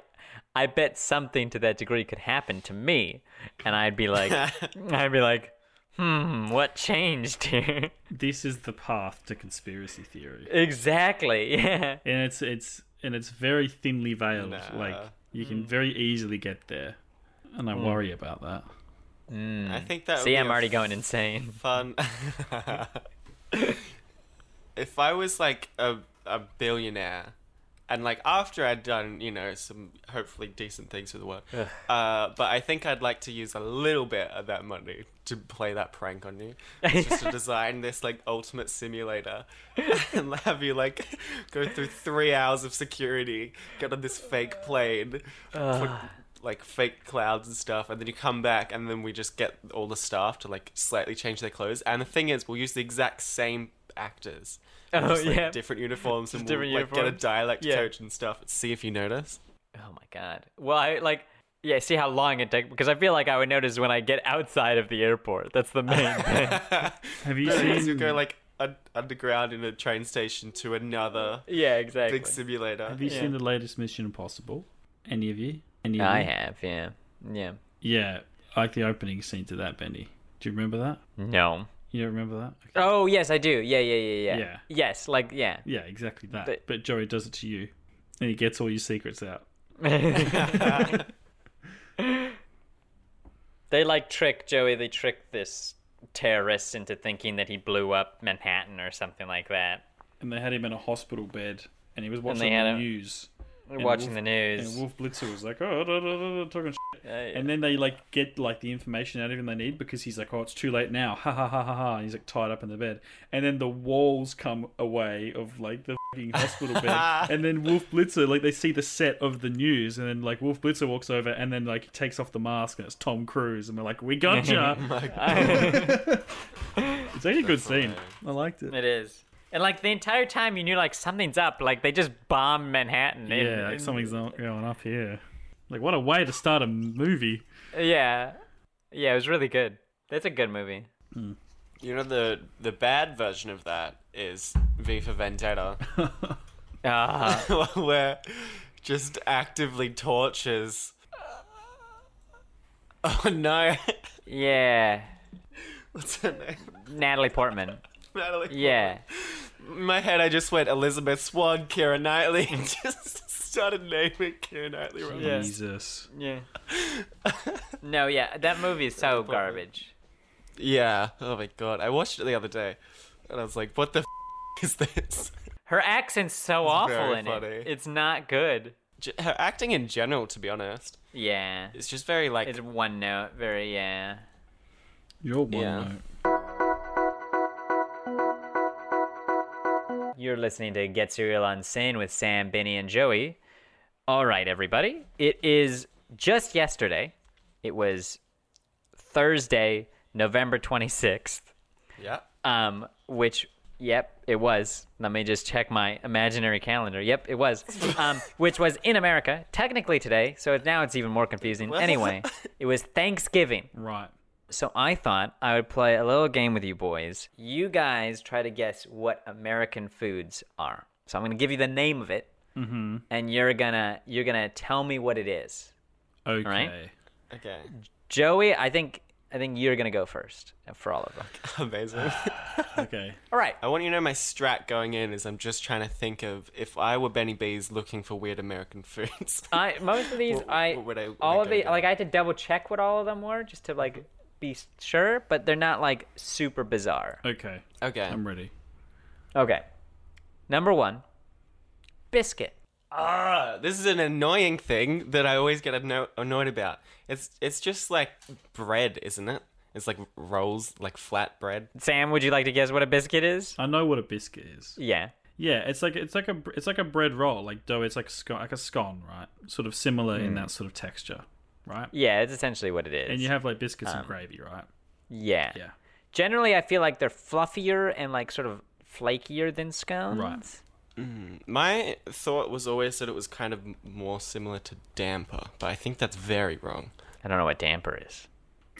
[SPEAKER 1] I bet something to that degree could happen to me and I'd be like I'd be like hmm what changed here?
[SPEAKER 2] This is the path to conspiracy theory.
[SPEAKER 1] exactly. Yeah.
[SPEAKER 2] And it's it's and it's very thinly veiled.
[SPEAKER 3] Nah.
[SPEAKER 2] Like you can very easily get there. And I worry about that.
[SPEAKER 3] I think that would
[SPEAKER 1] See,
[SPEAKER 3] be
[SPEAKER 1] I'm
[SPEAKER 3] a
[SPEAKER 1] already going insane.
[SPEAKER 3] fun. if I was like a a billionaire, and like after I'd done you know some hopefully decent things with the work, uh, but I think I'd like to use a little bit of that money to play that prank on you, It's just to design this like ultimate simulator, and have you like go through three hours of security, get on this fake plane, put like fake clouds and stuff and then you come back and then we just get all the staff to like slightly change their clothes and the thing is we'll use the exact same actors
[SPEAKER 1] Oh
[SPEAKER 3] Just, like,
[SPEAKER 1] yeah.
[SPEAKER 3] different uniforms and
[SPEAKER 1] different
[SPEAKER 3] we'll, like, get a
[SPEAKER 1] uniforms.
[SPEAKER 3] dialect
[SPEAKER 1] Yeah.
[SPEAKER 3] coach and stuff see if you notice
[SPEAKER 1] oh my god. Well, I like yeah. See how long it takes because I feel like I would notice when I get outside of the airport. That's the main thing.
[SPEAKER 2] Have you
[SPEAKER 3] you
[SPEAKER 2] seen
[SPEAKER 3] go like un- underground in a train station to another
[SPEAKER 1] yeah, exactly.
[SPEAKER 3] big simulator
[SPEAKER 2] Have you
[SPEAKER 1] Yeah.
[SPEAKER 2] seen the latest Mission Impossible? Any of you? Any of
[SPEAKER 1] I
[SPEAKER 2] you?
[SPEAKER 1] have. Yeah. Yeah.
[SPEAKER 2] Yeah. Like the opening scene to that, Benny. Do you remember that?
[SPEAKER 1] No.
[SPEAKER 2] You don't remember that? Okay.
[SPEAKER 1] Oh yes, I do. Yeah, yeah, yeah, yeah.
[SPEAKER 2] Yeah.
[SPEAKER 1] Yes, like yeah.
[SPEAKER 2] Yeah, exactly that.
[SPEAKER 1] But-
[SPEAKER 2] but Joey does it to you. And he gets all your secrets out.
[SPEAKER 1] They like trick Joey. They trick this terrorist into thinking that he blew up Manhattan or something like that.
[SPEAKER 2] and they had him in a hospital bed, and he was watching
[SPEAKER 1] they had
[SPEAKER 2] the
[SPEAKER 1] him-
[SPEAKER 2] news.
[SPEAKER 1] They're watching
[SPEAKER 2] Wolf-
[SPEAKER 1] the
[SPEAKER 2] And
[SPEAKER 1] news.
[SPEAKER 2] Wolf Blitzer was like, "Oh, da, da, da, da, talking shit."
[SPEAKER 1] Uh, yeah.
[SPEAKER 2] And then they like get like the information out of him they need because he's like, "Oh, it's too late now." Ha ha ha ha ha. And he's like tied up in the bed, and then the walls come away of like the fucking hospital bed, and then Wolf Blitzer like they see the set of the news, and then like Wolf Blitzer walks over, and then like takes off the mask, and it's Tom Cruise, and we're like, "We gotcha." it's actually a good scene. I liked it.
[SPEAKER 1] It is. And like the entire time you knew like something's up, like they just bombed Manhattan. and-
[SPEAKER 2] Yeah, like
[SPEAKER 1] and-
[SPEAKER 2] something's not going up here. Like, what a way to start a movie.
[SPEAKER 1] Yeah. Yeah, it was really good. That's a good movie.
[SPEAKER 3] you know the the bad version of that is v for vendetta
[SPEAKER 2] Uh-huh.
[SPEAKER 1] Ah,
[SPEAKER 3] where just actively tortures oh no
[SPEAKER 1] yeah.
[SPEAKER 3] what's her name
[SPEAKER 1] Natalie Portman.
[SPEAKER 3] Natalie.
[SPEAKER 1] Yeah.
[SPEAKER 3] In my head, I just went Elizabeth Swan, Kira Knightley, and just started naming Kira Knightley. roles.
[SPEAKER 2] Jesus.
[SPEAKER 1] Yeah. No, yeah, that movie is so garbage.
[SPEAKER 3] Yeah. Oh my god. I watched it the other day, and I was like, "What the f- is this?"
[SPEAKER 1] Her accent's so awful
[SPEAKER 3] very
[SPEAKER 1] in
[SPEAKER 3] funny.
[SPEAKER 1] it. It's not good.
[SPEAKER 3] J- Her acting in general, to be honest,
[SPEAKER 1] Yeah.
[SPEAKER 3] it's just very like.
[SPEAKER 1] It's one note, very yeah.
[SPEAKER 2] You're one
[SPEAKER 3] Yeah.
[SPEAKER 2] note.
[SPEAKER 1] You're listening to Get Serial on Sin with Sam, Benny, and Joey. All right, everybody. It is just yesterday. It was Thursday, November 26th.
[SPEAKER 3] Yeah.
[SPEAKER 1] Um, which, yep, it was. Let me just check my imaginary calendar. Yep, it was. Um, which was in America, technically today. So it- now it's even more confusing. Anyway, it was Thanksgiving.
[SPEAKER 2] Right.
[SPEAKER 1] So I thought I would play a little game with you boys. You guys try to guess what American foods are. So I'm gonna give you the name of it, mm-hmm. and you're gonna you're gonna tell me what it is.
[SPEAKER 2] Okay.
[SPEAKER 1] right.
[SPEAKER 3] Okay.
[SPEAKER 1] Joey, I think I think you're gonna go first for all of them.
[SPEAKER 3] Amazing.
[SPEAKER 2] Okay.
[SPEAKER 1] All right.
[SPEAKER 3] I want you to know my strat going in is I'm just trying to think of if I were Benny B's looking for weird American foods.
[SPEAKER 1] I most of these
[SPEAKER 3] What-
[SPEAKER 1] I
[SPEAKER 3] what would I- would
[SPEAKER 1] all
[SPEAKER 3] I Mm-hmm.
[SPEAKER 1] of
[SPEAKER 3] go
[SPEAKER 1] the
[SPEAKER 3] down?
[SPEAKER 1] like I had to double check what all of them were just to like be s- sure, but they're not like super bizarre.
[SPEAKER 2] Okay.
[SPEAKER 3] okay.
[SPEAKER 1] Um,
[SPEAKER 2] I'm ready.
[SPEAKER 1] Okay. Number one, biscuit.
[SPEAKER 3] Ah, this is an annoying thing that I always get anno- annoyed about. It's it's just like bread, isn't it? It's like rolls, like flat bread.
[SPEAKER 1] Sam, would you like to guess what a biscuit is?
[SPEAKER 3] Uh,
[SPEAKER 2] I know what a biscuit is.
[SPEAKER 1] Yeah.
[SPEAKER 2] Yeah, it's like it's like a br- it's like a bread roll, like dough. It's like a scone, like a scone, right? Sort of similar in that sort of texture, right?
[SPEAKER 1] Yeah, it's essentially what it is.
[SPEAKER 2] And you have like biscuits and gravy, right?
[SPEAKER 1] yeah.
[SPEAKER 2] Yeah.
[SPEAKER 1] Generally, I feel like they're fluffier and like sort of flakier than scones.
[SPEAKER 2] Right.
[SPEAKER 3] My thought was always that it was kind of m- more similar to damper, but I think that's very wrong.
[SPEAKER 1] I don't know what damper is.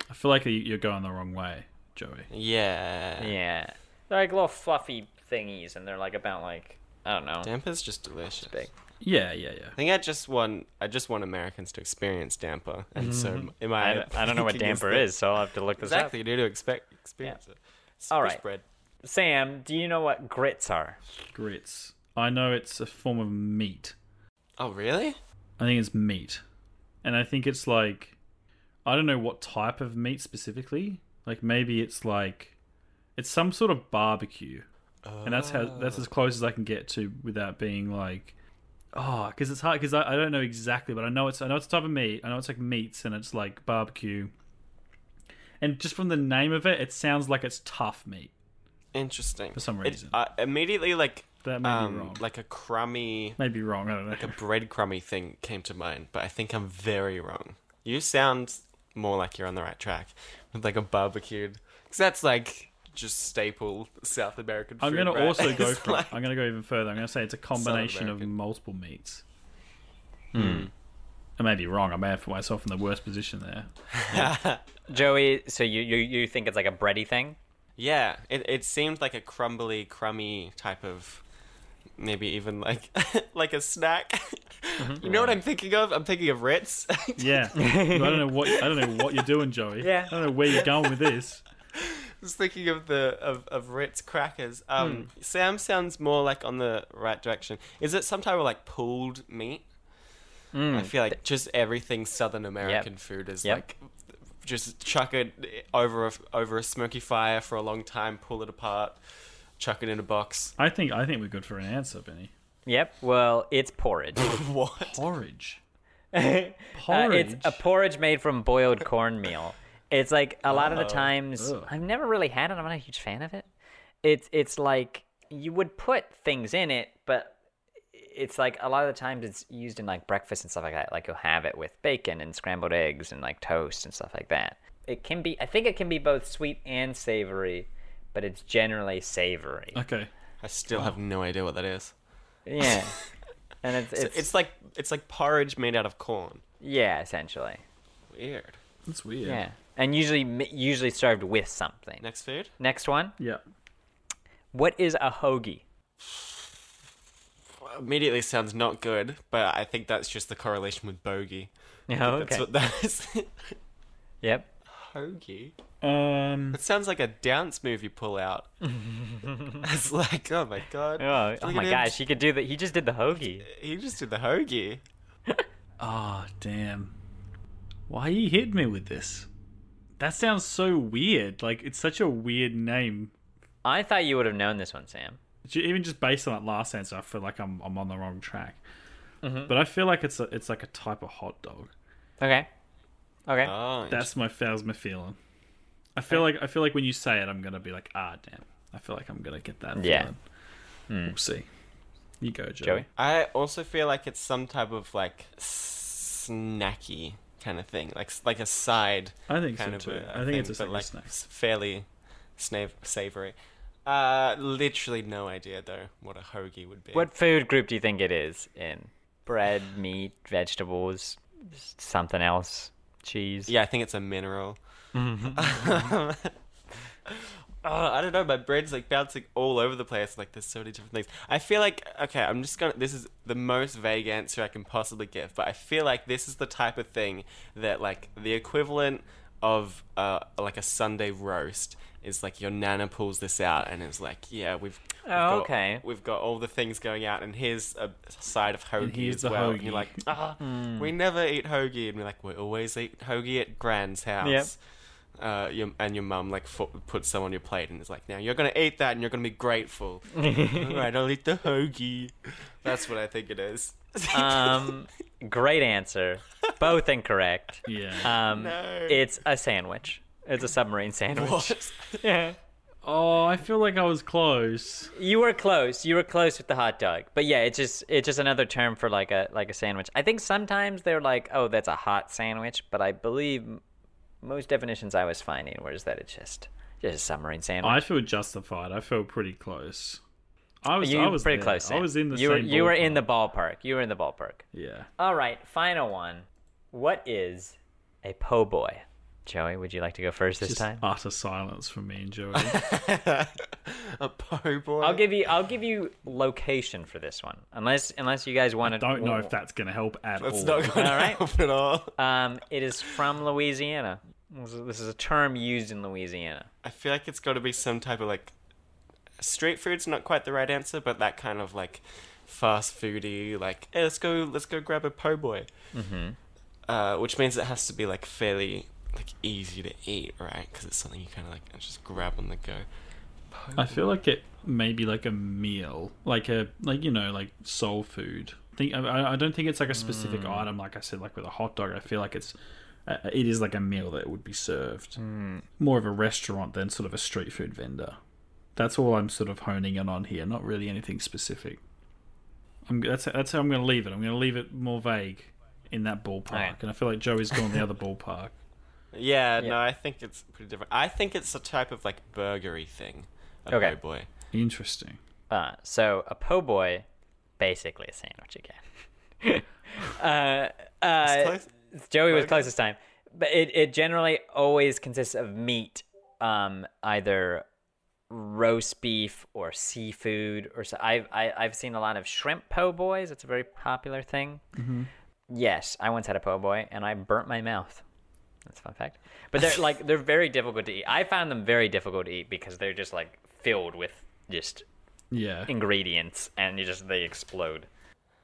[SPEAKER 2] I feel like you- you're going the wrong way, Joey.
[SPEAKER 3] Yeah.
[SPEAKER 1] Yeah. They're like little fluffy thingies, and they're like about like I don't know.
[SPEAKER 3] Damper's just delicious.
[SPEAKER 1] big.
[SPEAKER 2] Yeah, yeah, yeah.
[SPEAKER 3] I think I just want I just want Americans to experience damper, and so am
[SPEAKER 1] Mm-hmm. I,
[SPEAKER 3] I.
[SPEAKER 1] don't- I don't know what
[SPEAKER 3] thinking
[SPEAKER 1] damper
[SPEAKER 3] that-
[SPEAKER 1] is, so I'll have to look this
[SPEAKER 3] Exactly, you need to expect experience it.
[SPEAKER 1] All
[SPEAKER 3] Swiss
[SPEAKER 1] right.
[SPEAKER 3] bread.
[SPEAKER 1] up. Sam, do you know what grits are?
[SPEAKER 2] Grits. I know it's a form of meat.
[SPEAKER 3] Oh really?
[SPEAKER 2] I think it's meat, and I think it's like, I don't know what type of meat specifically. Like maybe it's like, it's some sort of barbecue, and that's how that's as close as I can get to without being like, oh, because it's hard because I, I don't know exactly, but I know it's I know it's a type of meat. I know it's like meats and it's like barbecue, and just from the name of it, it sounds like it's tough meat.
[SPEAKER 3] Interesting. For
[SPEAKER 2] some reason.
[SPEAKER 3] it, uh, immediately like
[SPEAKER 2] That may be
[SPEAKER 3] um,
[SPEAKER 2] wrong.
[SPEAKER 3] like a crummy,
[SPEAKER 2] Maybe wrong. I don't know.
[SPEAKER 3] a bread crummy thing came to mind, but I think I'm very wrong. You sound more like you're on the right track with like a barbecued, because that's like just staple South American.
[SPEAKER 2] I'm
[SPEAKER 3] food,
[SPEAKER 2] gonna
[SPEAKER 3] right?
[SPEAKER 2] also go
[SPEAKER 3] It's
[SPEAKER 2] for.
[SPEAKER 3] like-
[SPEAKER 2] I'm gonna go even further. I'm gonna say it's a combination of
[SPEAKER 3] American.
[SPEAKER 2] multiple meats. Hmm. I may be wrong. I may have put myself in the worst position there.
[SPEAKER 1] Joey, so you you, you think it's like a bready thing?
[SPEAKER 3] Yeah, it it seemed like a crumbly, crummy type of. Maybe even like like a snack. you know what I'm thinking of? I'm thinking of Ritz.
[SPEAKER 2] Yeah, But I don't know what I don't know what you're doing, Joey.
[SPEAKER 1] Yeah.
[SPEAKER 2] I don't know where you're going with this.
[SPEAKER 3] was thinking of the of, of Ritz crackers. Um, Sam sounds more like on the right direction. Is it some type of like pulled meat? I feel like just everything Southern American food is
[SPEAKER 1] Yep.
[SPEAKER 3] like just chuck it over a, over a smoky fire for a long time, pull it apart, chuck it in a box.
[SPEAKER 2] I think I think we're good for an answer, Benny.
[SPEAKER 1] Yep. Well, it's porridge.
[SPEAKER 3] what?
[SPEAKER 2] Porridge.
[SPEAKER 1] Uh,
[SPEAKER 2] Porridge.
[SPEAKER 1] it's a porridge made from boiled cornmeal. It's like a lot of the times
[SPEAKER 2] Ugh.
[SPEAKER 1] I've never really had it. I'm not a huge fan of it. It's it's like you would put things in it, but it's like a lot of the times it's used in like breakfast and stuff like that. Like you'll have it with bacon and scrambled eggs and like toast and stuff like that. It can be I think it can be both sweet and savory, but it's generally savory.
[SPEAKER 2] okay.
[SPEAKER 3] I still have no idea what that is.
[SPEAKER 1] Yeah. And it's
[SPEAKER 3] So
[SPEAKER 1] it's,
[SPEAKER 3] It's, like it's like porridge made out of corn.
[SPEAKER 1] yeah, essentially.
[SPEAKER 3] Weird.
[SPEAKER 2] That's weird.
[SPEAKER 1] Yeah. And usually usually served with something.
[SPEAKER 3] Next food?
[SPEAKER 1] Next one.
[SPEAKER 2] Yeah.
[SPEAKER 1] What is a hoagie?
[SPEAKER 3] Immediately sounds not good, but I think that's just the correlation with bogey.
[SPEAKER 1] Yeah,
[SPEAKER 3] That's what that is.
[SPEAKER 1] Yep.
[SPEAKER 3] Hoagie.
[SPEAKER 2] Um.
[SPEAKER 3] It sounds like a dance move you pull out. it's like, oh my god.
[SPEAKER 1] Oh,
[SPEAKER 3] Look
[SPEAKER 1] my
[SPEAKER 3] at him.
[SPEAKER 1] gosh, he could do that. He just did the hoagie.
[SPEAKER 3] He just did the hoagie.
[SPEAKER 2] Oh damn. Why you hit me with this? That sounds so weird. Like it's such a weird name
[SPEAKER 1] I thought you would have known this one, Sam.
[SPEAKER 2] Ju- even just based on that last answer, I feel like I'm I'm on the wrong track.
[SPEAKER 1] Mm-hmm.
[SPEAKER 2] But I feel like it's a, it's like a type of hot dog.
[SPEAKER 1] Okay. Okay.
[SPEAKER 3] Oh,
[SPEAKER 2] That's my that's my feeling. I feel like I feel like when you say it, I'm gonna be like, ah, damn. I feel like I'm gonna get that.
[SPEAKER 1] Yeah. Hmm.
[SPEAKER 2] Feeling. We'll see. You go, Joey.
[SPEAKER 1] Joey?
[SPEAKER 3] I also feel like it's some type of like snacky kind of thing, like like a side
[SPEAKER 2] I think
[SPEAKER 3] kind
[SPEAKER 2] so
[SPEAKER 3] of.
[SPEAKER 2] too.
[SPEAKER 3] a
[SPEAKER 2] I think it's a
[SPEAKER 3] thing, but,
[SPEAKER 2] snack.
[SPEAKER 3] like s- fairly snav- savory. Uh, literally no idea though what a hoagie would be.
[SPEAKER 1] What food group do you think it is in? Bread, meat, vegetables, something else, cheese.
[SPEAKER 3] Yeah, I think it's a mineral. Oh, I don't know. My brain's like bouncing all over the place. Like there's so many different things. I feel like okay. I'm just gonna. This is the most vague answer I can possibly give. But I feel like this is the type of thing that like the equivalent of uh like a Sunday roast is like your nana pulls this out and is like, yeah, we've. we've
[SPEAKER 1] Oh,
[SPEAKER 3] got-
[SPEAKER 1] okay.
[SPEAKER 3] We've got all the things going out, and here's a side of hoagie
[SPEAKER 2] here's
[SPEAKER 3] as
[SPEAKER 2] the
[SPEAKER 3] well. And you're
[SPEAKER 2] hoagie.
[SPEAKER 3] like, ah,
[SPEAKER 1] Hmm.
[SPEAKER 3] we never eat hoagie, and we're like, we always eat hoagie at Gran's house
[SPEAKER 1] Yep.
[SPEAKER 3] uh, your, and your mum like fo- puts some on your plate and is like, "Now you're gonna eat that and you're gonna be grateful." All right, I'll eat the hoagie. That's what I think it is.
[SPEAKER 1] Um, great answer. Both incorrect.
[SPEAKER 2] Yeah.
[SPEAKER 1] Um,
[SPEAKER 3] No.
[SPEAKER 1] It's a sandwich. It's a submarine sandwich.
[SPEAKER 3] what?
[SPEAKER 1] Yeah.
[SPEAKER 2] oh, I feel like I was close.
[SPEAKER 1] You were close. You were close with the hot dog. But yeah, it's just it's just another term for like a like a sandwich. I think sometimes they're like, "Oh, that's a hot sandwich," but I believe m- most definitions I was finding were that it's just just a submarine sandwich.
[SPEAKER 2] I feel justified. I feel pretty close. I was.
[SPEAKER 1] you
[SPEAKER 2] I
[SPEAKER 1] were
[SPEAKER 2] was
[SPEAKER 1] pretty
[SPEAKER 2] there.
[SPEAKER 1] close.
[SPEAKER 2] I
[SPEAKER 1] Sam.
[SPEAKER 2] was in the
[SPEAKER 1] you were,
[SPEAKER 2] same.
[SPEAKER 1] you were in the
[SPEAKER 2] ballpark.
[SPEAKER 1] ballpark. You were in the ballpark.
[SPEAKER 2] Yeah.
[SPEAKER 1] All right, final one. What is a po' boy? Joey, would you like to go first this
[SPEAKER 2] Just
[SPEAKER 1] time?
[SPEAKER 2] utter silence from me and Joey.
[SPEAKER 3] a po' boy?
[SPEAKER 1] I'll give you I'll give you location for this one. Unless unless you guys want to
[SPEAKER 2] Don't know if that's gonna help at
[SPEAKER 3] That's
[SPEAKER 2] all.
[SPEAKER 3] not gonna
[SPEAKER 1] All right.
[SPEAKER 3] help at all.
[SPEAKER 1] Um, it is from Louisiana. This is- this is a term used in Louisiana.
[SPEAKER 3] I feel like it's got to be some type of like street food's not quite the right answer, but that kind of like fast foody, like hey, let's go, let's go grab a po' boy, mm-hmm. uh, which means it has to be like fairly like easy to eat, right? Because it's something you kind of like just grab on the go.
[SPEAKER 2] I feel like it may be like a meal, like a like you know like soul food. Think I- I, I don't think it's like a specific
[SPEAKER 3] Hmm.
[SPEAKER 2] item. Like I said, like with a hot dog, I feel like it's uh, it is like a meal that would be served
[SPEAKER 3] Hmm.
[SPEAKER 2] more of a restaurant than sort of a street food vendor. That's all I'm sort of honing in on here. Not really anything specific. I'm that's that's how I'm going to leave it. I'm going to leave it more vague in that ballpark,
[SPEAKER 1] Alright.
[SPEAKER 2] and I feel like Joey's gone the other ballpark.
[SPEAKER 3] Yeah, no,
[SPEAKER 1] Yeah.
[SPEAKER 3] I think it's pretty different. I think it's a type of like burgery thing. A
[SPEAKER 1] Okay.
[SPEAKER 3] po' boy.
[SPEAKER 2] Interesting.
[SPEAKER 1] Uh, so a po' boy, basically a sandwich again. uh, uh,
[SPEAKER 3] close.
[SPEAKER 1] Joey was
[SPEAKER 3] Okay.
[SPEAKER 1] close this time, but it, it generally always consists of meat, um, either roast beef or seafood or so. I've I, I've seen a lot of shrimp po' boys. It's a very popular thing. Yes, I once had a po' boy and I burnt my mouth. That's a fun fact. But they're like they're very difficult to eat. I found them very difficult to eat because they're just like filled with just
[SPEAKER 2] Yeah.
[SPEAKER 1] ingredients and you just they explode.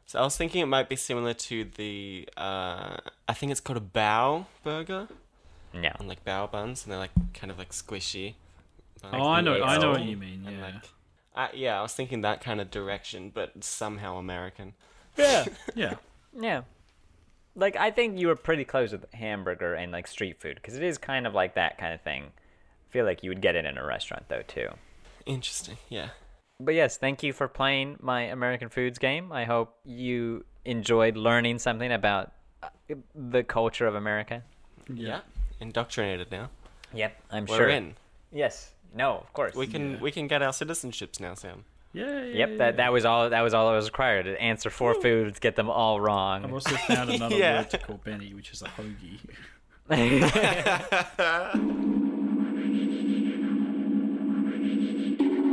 [SPEAKER 3] So I was thinking it might be similar to the uh, I think it's called a bow burger.
[SPEAKER 1] No.
[SPEAKER 3] on like bao buns, and they're like kind of like squishy.
[SPEAKER 2] Oh, I know. I know what
[SPEAKER 1] Oh.
[SPEAKER 2] you mean.
[SPEAKER 3] And
[SPEAKER 2] Yeah.
[SPEAKER 3] like, I, yeah, I was thinking that kind of direction, but somehow American.
[SPEAKER 1] Yeah.
[SPEAKER 2] yeah.
[SPEAKER 1] yeah. Like I think you were pretty close with hamburger and like street food because it is kind of like that kind of thing. I feel like you would get it in a restaurant though too.
[SPEAKER 3] Interesting. Yeah.
[SPEAKER 1] But yes, thank you for playing my American foods game. I hope you enjoyed learning something about uh, the culture of America.
[SPEAKER 3] Yeah. Indoctrinated now.
[SPEAKER 1] Yep, I'm
[SPEAKER 3] We're
[SPEAKER 1] sure.
[SPEAKER 3] in.
[SPEAKER 1] Yes. No, of course.
[SPEAKER 3] We can
[SPEAKER 2] Yeah.
[SPEAKER 3] we can get our citizenships now, Sam.
[SPEAKER 2] Yeah.
[SPEAKER 1] Yep, that, that was all that was all that was required. To answer four foods, get them all wrong.
[SPEAKER 2] I've also found another
[SPEAKER 3] Yeah.
[SPEAKER 2] word to call Benny, which is a hoagie.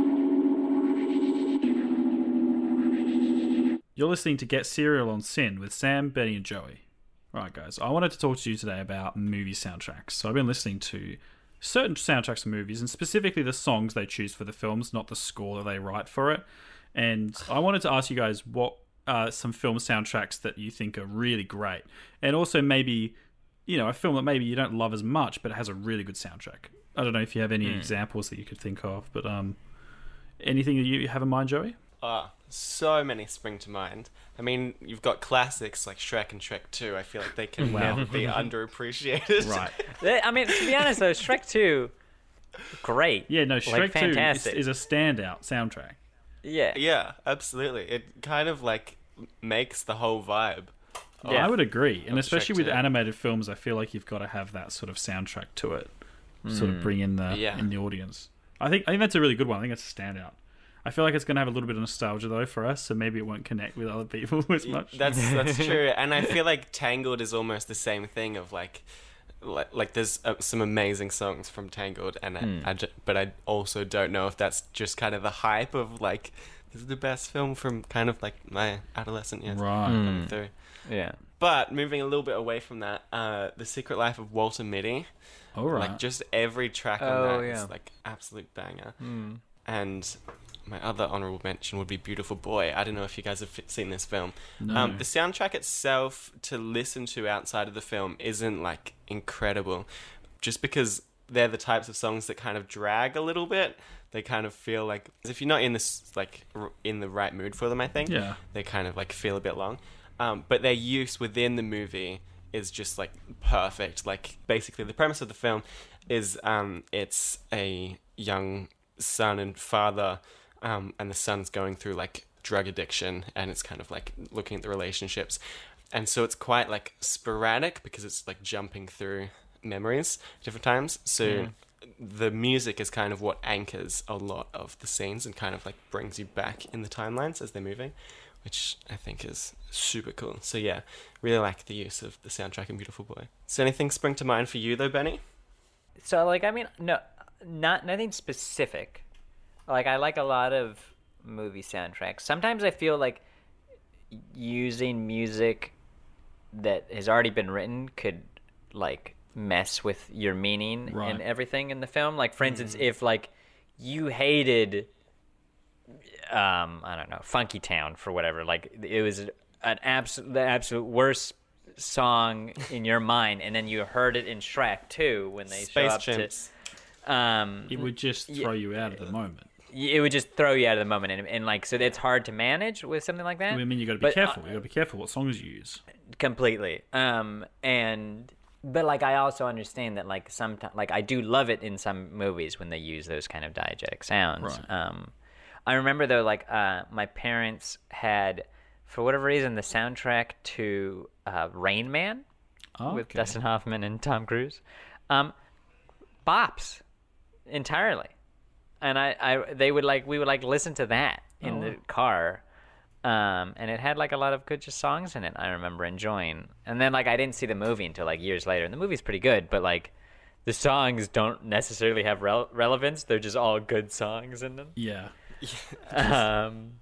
[SPEAKER 2] You're listening to Get Serial on Sin with Sam, Benny, and Joey. Right, guys, I wanted to talk to you today about movie soundtracks. So I've been listening to certain soundtracks of movies, and specifically the songs they choose for the films, not the score that they write for it. And I wanted to ask you guys what uh, some film soundtracks that you think are really great, and also maybe you know a film that maybe you don't love as much, but it has a really good soundtrack. I don't know if you have any examples that you could think of, but um, anything that you have in mind, Joey?
[SPEAKER 3] Ah, so many spring to mind. I mean, you've got classics like Shrek and Shrek Two. I feel like they can
[SPEAKER 2] Wow.
[SPEAKER 3] never be underappreciated.
[SPEAKER 2] Right.
[SPEAKER 1] Eh, I mean, to be honest though, Shrek Two, great.
[SPEAKER 2] Yeah, no, Shrek
[SPEAKER 1] like,
[SPEAKER 2] 2 is,
[SPEAKER 1] fantastic.
[SPEAKER 2] is a standout soundtrack.
[SPEAKER 1] yeah.
[SPEAKER 3] Yeah, absolutely. It kind of like makes the whole vibe.
[SPEAKER 1] Yeah.
[SPEAKER 2] I would agree. And especially with
[SPEAKER 3] 2.
[SPEAKER 2] animated films,
[SPEAKER 1] Hmm.
[SPEAKER 2] I feel like you've got to have that sort of soundtrack to it, sort of bring in the
[SPEAKER 3] Yeah.
[SPEAKER 2] in the audience. I think I think that's a really good one. I think that's a standout. I feel like it's going to have a little bit of nostalgia though for us, so maybe it won't connect with other people as much.
[SPEAKER 3] That's that's true, and I feel like Tangled is almost the same thing of like, like, like there's uh, some amazing songs from Tangled, and
[SPEAKER 2] Hmm.
[SPEAKER 3] I, I ju- but I also don't know if that's just kind of the hype of like this is the best film from kind of like my adolescent years
[SPEAKER 2] right.
[SPEAKER 3] coming through.
[SPEAKER 1] Mm. Yeah.
[SPEAKER 3] But moving a little bit away from that, uh, the Secret Life of Walter Mitty,
[SPEAKER 1] Hmm.
[SPEAKER 2] All right.
[SPEAKER 3] like just every track on
[SPEAKER 1] Oh,
[SPEAKER 3] that is
[SPEAKER 1] yeah.
[SPEAKER 3] like absolute banger. And my other honorable mention would be Beautiful Boy. I don't know if you guys have f- seen this film.
[SPEAKER 2] no.
[SPEAKER 3] Um, the soundtrack itself to listen to outside of the film isn't like incredible, just because they're the types of songs that kind of drag a little bit. They kind of feel like if you're not in this like r- in the right mood for them, I think
[SPEAKER 2] yeah.
[SPEAKER 3] they kind of like feel a bit long. Um, but their use within the movie is just like perfect. Like basically, the premise of the film is um, it's a young son and father, um, and the son's going through like drug addiction, and it's kind of like looking at the relationships, and so it's quite like sporadic because it's like jumping through memories different times. So. The music is kind of what anchors a lot of the scenes and kind of like brings you back in the timelines as they're moving which I think is super cool. So yeah, really like the use of the soundtrack in Beautiful Boy. So anything spring to mind for you though, Benny?
[SPEAKER 1] So like I mean no not nothing specific. Like I like a lot of movie soundtracks. Sometimes I feel like using music that has already been written could like mess with your meaning
[SPEAKER 2] Right.
[SPEAKER 1] and everything in the film. Like for instance,
[SPEAKER 3] Hmm.
[SPEAKER 1] if like you hated um I don't know, Funky Town for whatever, like it was an absolute the absolute worst song in your mind and then you heard it in Shrek too when they show
[SPEAKER 3] Space
[SPEAKER 1] up to-
[SPEAKER 3] Chimps.
[SPEAKER 1] um,
[SPEAKER 2] It would just throw you out at the moment.
[SPEAKER 1] y- it would just throw you out of the moment, and, and like so, it's hard to manage with something like that.
[SPEAKER 2] I mean, you got to be
[SPEAKER 1] But, uh,
[SPEAKER 2] careful. you got to be careful what songs you use.
[SPEAKER 1] completely. Um, and but like I also understand that like sometimes like I do love it in some movies when they use those kind of diegetic sounds.
[SPEAKER 2] Right.
[SPEAKER 1] Um, I remember though, like uh, my parents had for whatever reason the soundtrack to uh, Rain Man
[SPEAKER 2] Oh,
[SPEAKER 1] with
[SPEAKER 2] okay.
[SPEAKER 1] Dustin Hoffman and Tom Cruise. Um, bops entirely, and I, I they would like we would like listen to that in the car, um, and it had like a lot of good just songs in it. I remember enjoying, and then like I didn't see the movie until like years later, and the movie's pretty good, but like. The songs don't necessarily have rel- relevance. They're just all good songs in them.
[SPEAKER 2] yeah.
[SPEAKER 1] Um,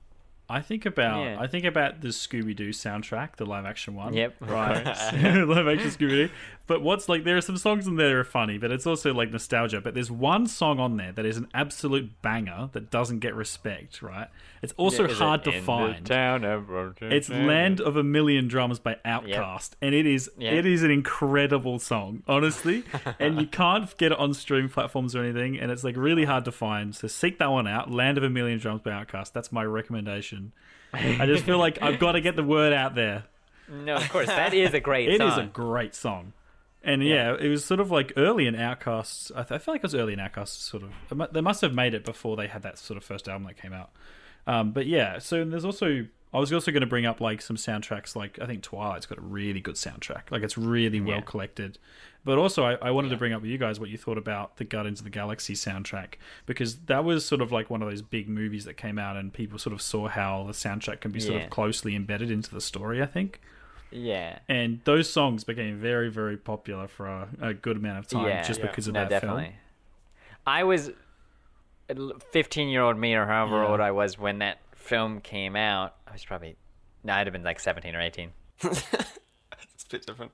[SPEAKER 2] I think about
[SPEAKER 1] Yeah.
[SPEAKER 2] I think about the Scooby Doo soundtrack, the live action one.
[SPEAKER 1] Yep, of
[SPEAKER 2] right. live action Scooby Doo. But what's like there are some songs in there that are funny, but it's also like nostalgia. But there's one song on there that is an absolute banger that doesn't get respect. Right. It's also
[SPEAKER 1] is it
[SPEAKER 2] hard to
[SPEAKER 1] in the
[SPEAKER 2] find.
[SPEAKER 1] town of-
[SPEAKER 2] It's "Land of a Million Drums" by Outcast, and it is
[SPEAKER 1] Yeah.
[SPEAKER 2] it is an incredible song, honestly. and you can't get it on streaming platforms or anything, and it's like really hard to find. So seek that one out, "Land of a Million Drums" by Outcast. That's my recommendation. I just feel like I've got to get the word out there.
[SPEAKER 1] no, of course that is a great
[SPEAKER 2] It is
[SPEAKER 1] song.
[SPEAKER 2] a great song. And yeah. it was sort of like early in Outcasts. I, th- I feel like it was early in Outcasts, sort of. it mu- They must have made it before they had that sort of first album that came out. Um, but yeah, so there's also. I was also going to bring up like some soundtracks, like I think Twilight's got a really good soundtrack. Like it's really well
[SPEAKER 1] Yeah.
[SPEAKER 2] collected. But also, I, I wanted to bring up with you guys what you thought about the Guardians of the Galaxy soundtrack, because that was sort of like one of those big movies that came out, and people sort of saw how the soundtrack can be sort
[SPEAKER 1] Yeah.
[SPEAKER 2] of closely embedded into the story, I think
[SPEAKER 1] yeah.
[SPEAKER 2] and those songs became very very popular for a, a good amount of time
[SPEAKER 1] Yeah.
[SPEAKER 2] just
[SPEAKER 3] Yeah.
[SPEAKER 2] because of
[SPEAKER 1] no,
[SPEAKER 2] that
[SPEAKER 1] definitely. I was 15 year old me or however
[SPEAKER 2] Yeah.
[SPEAKER 1] old I was when that film came out. I was probably, no, I'd have been like 17 or 18.
[SPEAKER 3] It's a bit different.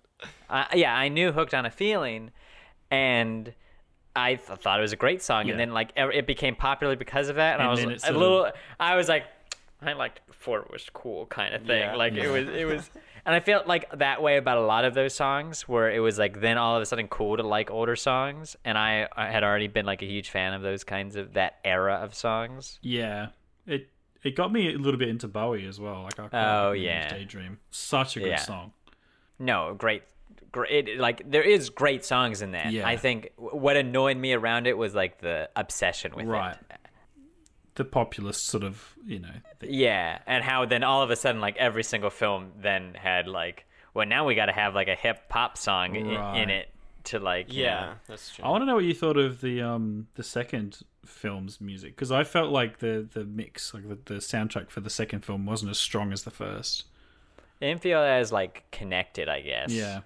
[SPEAKER 1] I yeah, I knew "Hooked on a Feeling," and I th- thought it was a great song.
[SPEAKER 2] Yeah.
[SPEAKER 1] And then like ev- it became popular because of that, and,
[SPEAKER 2] And
[SPEAKER 1] I was
[SPEAKER 2] then
[SPEAKER 1] like,
[SPEAKER 2] it
[SPEAKER 1] a
[SPEAKER 2] sort of-
[SPEAKER 1] little. I was like, I liked it before it was cool, kind of thing.
[SPEAKER 3] Yeah.
[SPEAKER 1] Like it was, it was, and I felt like that way about a lot of those songs, where it was like then all of a sudden cool to like older songs, and I, I had already been like a huge fan of those kinds of that era of songs.
[SPEAKER 2] film yeah it it got me a little bit into bowie as well like I quite
[SPEAKER 1] Oh,
[SPEAKER 2] like Moon's
[SPEAKER 1] yeah.
[SPEAKER 2] daydream such a good
[SPEAKER 1] Yeah.
[SPEAKER 2] song
[SPEAKER 1] No, great, great. it- Like there is great songs in that.
[SPEAKER 2] Yeah.
[SPEAKER 1] I think w- what annoyed me around it was like the obsession with
[SPEAKER 2] Right.
[SPEAKER 1] it.
[SPEAKER 2] the populist sort of you know the,
[SPEAKER 1] Yeah, and how then all of a sudden, like every single film then had like, well, now we got to have like a hip hop song i- in,
[SPEAKER 2] Right.
[SPEAKER 1] it to like, you
[SPEAKER 3] Yeah,
[SPEAKER 1] know.
[SPEAKER 3] that's true.
[SPEAKER 2] i want to know what you thought of the um the second film's music because I felt like the the mix, like the, the soundtrack for the second film, wasn't as strong as the first.
[SPEAKER 1] It didn't feel as like connected, I guess.
[SPEAKER 2] Yeah,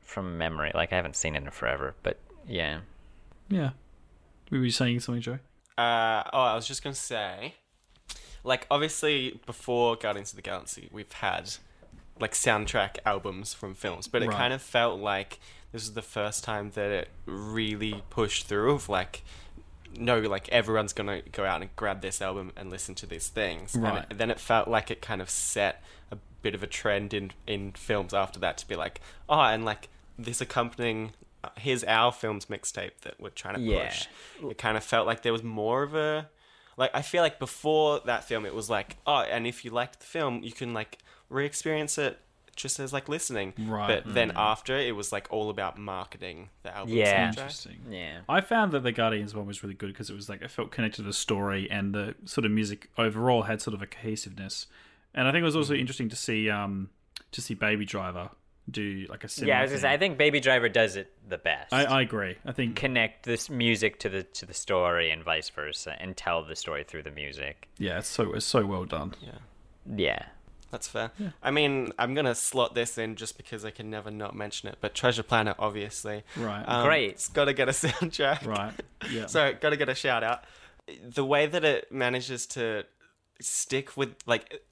[SPEAKER 1] From memory, like I haven't seen it in forever, but yeah.
[SPEAKER 2] yeah. Were you saying something, Joe?
[SPEAKER 3] Uh, oh, I was just gonna say, like, obviously, before Guardians of the Galaxy, we've had like soundtrack albums from films, but it
[SPEAKER 2] Right.
[SPEAKER 3] kind of felt like this is the first time that it really pushed through of like, no, like everyone's gonna go out and grab this album and listen to these things. And
[SPEAKER 2] Right.
[SPEAKER 3] it- then it felt like it kind of set a bit of a trend in in films after that to be like, oh, and like this accompanying. uh, Here's our films mixtape that we're trying to
[SPEAKER 1] Yeah.
[SPEAKER 3] push it kind of felt like there was more of a like I feel like before that film it was like oh and if you liked the film you can like re-experience it just as like listening
[SPEAKER 2] Right.
[SPEAKER 3] but then after it was like all about marketing the album
[SPEAKER 1] Yeah.
[SPEAKER 3] soundtrack
[SPEAKER 2] Interesting.
[SPEAKER 1] Yeah.
[SPEAKER 2] I found that the Guardians one was really good because it was like I felt connected to the story and the sort of music overall had sort of a cohesiveness, and I think it was also interesting to see um to see Baby Driver do like a similar
[SPEAKER 1] Yeah, I was gonna say I
[SPEAKER 2] thing.
[SPEAKER 1] think Baby Driver does it the best.
[SPEAKER 2] I, I agree. I think
[SPEAKER 1] connect this music to the to the story and vice versa and tell the story through the music.
[SPEAKER 2] yeah, it's so it's so well done.
[SPEAKER 3] yeah
[SPEAKER 1] Yeah.
[SPEAKER 3] that's fair I mean I'm gonna slot this in just because I can never not mention it but Treasure Planet obviously Um,
[SPEAKER 2] Right.
[SPEAKER 1] Great.
[SPEAKER 3] it's gotta get a soundtrack
[SPEAKER 2] Right. Yeah.
[SPEAKER 3] so gotta get a shout out the way that it manages to stick with like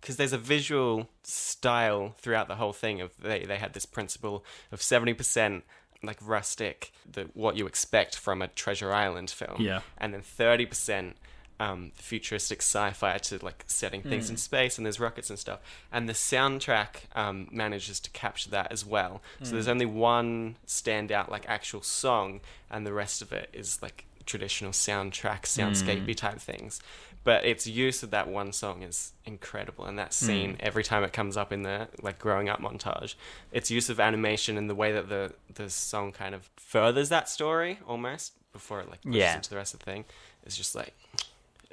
[SPEAKER 3] because there's a visual style throughout the whole thing of they, they had this principle of 70% like rustic the what you expect from a treasure island film
[SPEAKER 2] Yeah.
[SPEAKER 3] and then 30% um, futuristic sci-fi to like setting things in space and there's rockets and stuff and the soundtrack um, manages to capture that as well so there's only one standout like actual song and the rest of it is like traditional soundtrack soundscapey type things but its use of that one song is incredible and that scene every time it comes up in the like growing up montage its use of animation and the way that the the song kind of furthers that story almost before it like pushes
[SPEAKER 1] Yeah.
[SPEAKER 3] into the rest of the thing is just like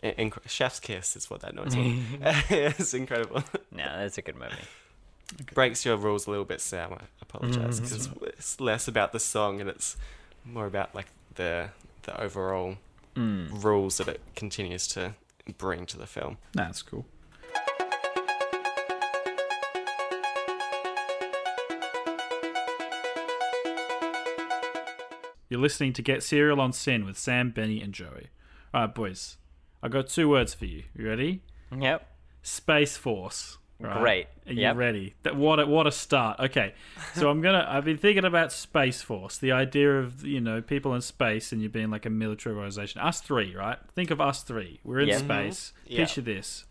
[SPEAKER 3] in- inc- chef's kiss is what that noise was. it's incredible.
[SPEAKER 1] No, that's a good movie.
[SPEAKER 3] Breaks your rules a little bit, Sam. I apologize. 'cause it's, it's less about the song and it's more about like the the overall rules that it continues to bring to the film.
[SPEAKER 2] Nah, that's cool. You're listening to Get Serial on Sin with Sam, Benny, and Joey. All right, boys. I got two words for you. You ready?
[SPEAKER 1] Yep.
[SPEAKER 2] Space Force. right?
[SPEAKER 1] Great.
[SPEAKER 2] Are you
[SPEAKER 1] Yep.
[SPEAKER 2] ready? That what a what a start. Okay. So I'm gonna I've been thinking about Space Force, the idea of you know, people in space and you being like a military organization. Us three, right? Think of us three. We're in
[SPEAKER 1] Yep.
[SPEAKER 2] space.
[SPEAKER 3] Yeah.
[SPEAKER 2] Picture this.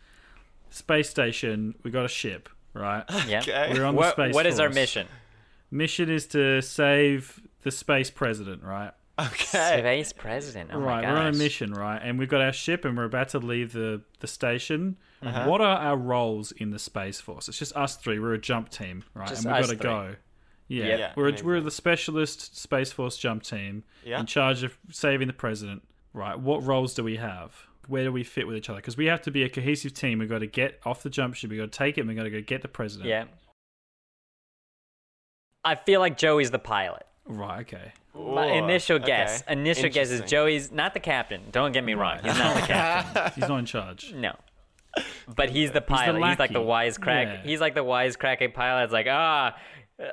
[SPEAKER 2] Space station, we got a ship, right?
[SPEAKER 1] Yep.
[SPEAKER 3] Okay.
[SPEAKER 2] We're on the
[SPEAKER 1] What,
[SPEAKER 2] space.
[SPEAKER 1] what is our
[SPEAKER 2] Force.
[SPEAKER 1] mission?
[SPEAKER 2] Mission is to save the space president, right?
[SPEAKER 3] Okay.
[SPEAKER 1] Space president. Oh
[SPEAKER 2] right,
[SPEAKER 1] my gosh.
[SPEAKER 2] we're on a mission, right? And we've got our ship and we're about to leave the, the station.
[SPEAKER 1] Uh-huh.
[SPEAKER 2] What are our roles in the Space Force? It's just us three. We're a jump team, right?
[SPEAKER 1] Just
[SPEAKER 2] and we've
[SPEAKER 1] us
[SPEAKER 2] got to
[SPEAKER 1] three.
[SPEAKER 2] go. Yeah.
[SPEAKER 1] Yep.
[SPEAKER 3] Yeah,
[SPEAKER 2] we're,
[SPEAKER 3] amazing.
[SPEAKER 2] we're the specialist Space Force jump team
[SPEAKER 3] Yeah.
[SPEAKER 2] in charge of saving the president, right? What roles do we have? Where do we fit with each other? Because we have to be a cohesive team. We've got to get off the jump ship. We've got to take it and we've got to go get the president.
[SPEAKER 1] Yeah. I feel like Joey's the pilot.
[SPEAKER 2] Right, okay.
[SPEAKER 1] My
[SPEAKER 3] Ooh,
[SPEAKER 1] initial
[SPEAKER 3] okay.
[SPEAKER 1] guess. Initial guess is
[SPEAKER 3] Interesting.
[SPEAKER 1] Joey's not the captain. Don't get me wrong. He's not the captain.
[SPEAKER 2] He's not in charge.
[SPEAKER 1] No. But he's the pilot. He's, like the
[SPEAKER 2] lackey.
[SPEAKER 1] wisecrack.
[SPEAKER 2] Yeah.
[SPEAKER 1] He's like the wisecracking pilot. It's like, ah, uh,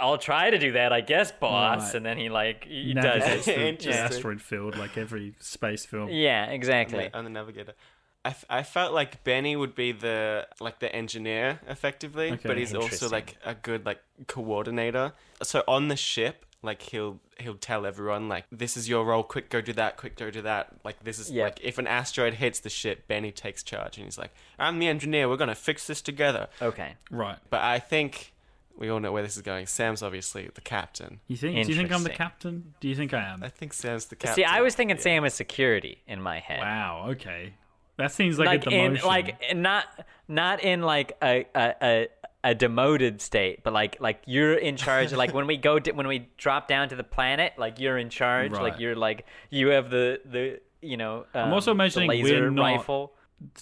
[SPEAKER 1] I'll try to do that, I guess, boss.
[SPEAKER 2] Right.
[SPEAKER 1] And then he like he
[SPEAKER 2] Navigates
[SPEAKER 1] does it.
[SPEAKER 2] through the
[SPEAKER 3] Interesting.
[SPEAKER 2] asteroid field like every space film.
[SPEAKER 1] Yeah, exactly.
[SPEAKER 3] I'm the navigator. I, f- I felt like Benny would be the like the engineer effectively,
[SPEAKER 2] Okay.
[SPEAKER 3] but he's also
[SPEAKER 1] Interesting.
[SPEAKER 3] like a good like coordinator. So on the ship, like he'll he'll tell everyone like this is your role. Quick go do that. Quick go do that. Like this is
[SPEAKER 1] Yeah.
[SPEAKER 3] like if an asteroid hits the ship, Benny takes charge and he's like, I'm the engineer. We're gonna fix this together.
[SPEAKER 1] Okay.
[SPEAKER 2] Right.
[SPEAKER 3] But I think we all know where this is going. Sam's obviously the captain.
[SPEAKER 2] You think? Do you think I'm the
[SPEAKER 1] Interesting.
[SPEAKER 2] captain? Do you think I am?
[SPEAKER 3] I think Sam's the captain.
[SPEAKER 1] See, I was thinking Sam is security in my head.
[SPEAKER 2] Wow. Okay. That seems like,
[SPEAKER 1] Like
[SPEAKER 2] a
[SPEAKER 1] in
[SPEAKER 2] demotion.
[SPEAKER 1] like in not not in like a a, a a demoted state, but like like you're in charge. like when we go to, when we drop down to the planet, like you're in charge.
[SPEAKER 2] Right.
[SPEAKER 1] Like you're like you have the the you know. Um,
[SPEAKER 2] I'm also
[SPEAKER 1] the
[SPEAKER 2] imagining
[SPEAKER 1] laser
[SPEAKER 2] we're not
[SPEAKER 1] rifle.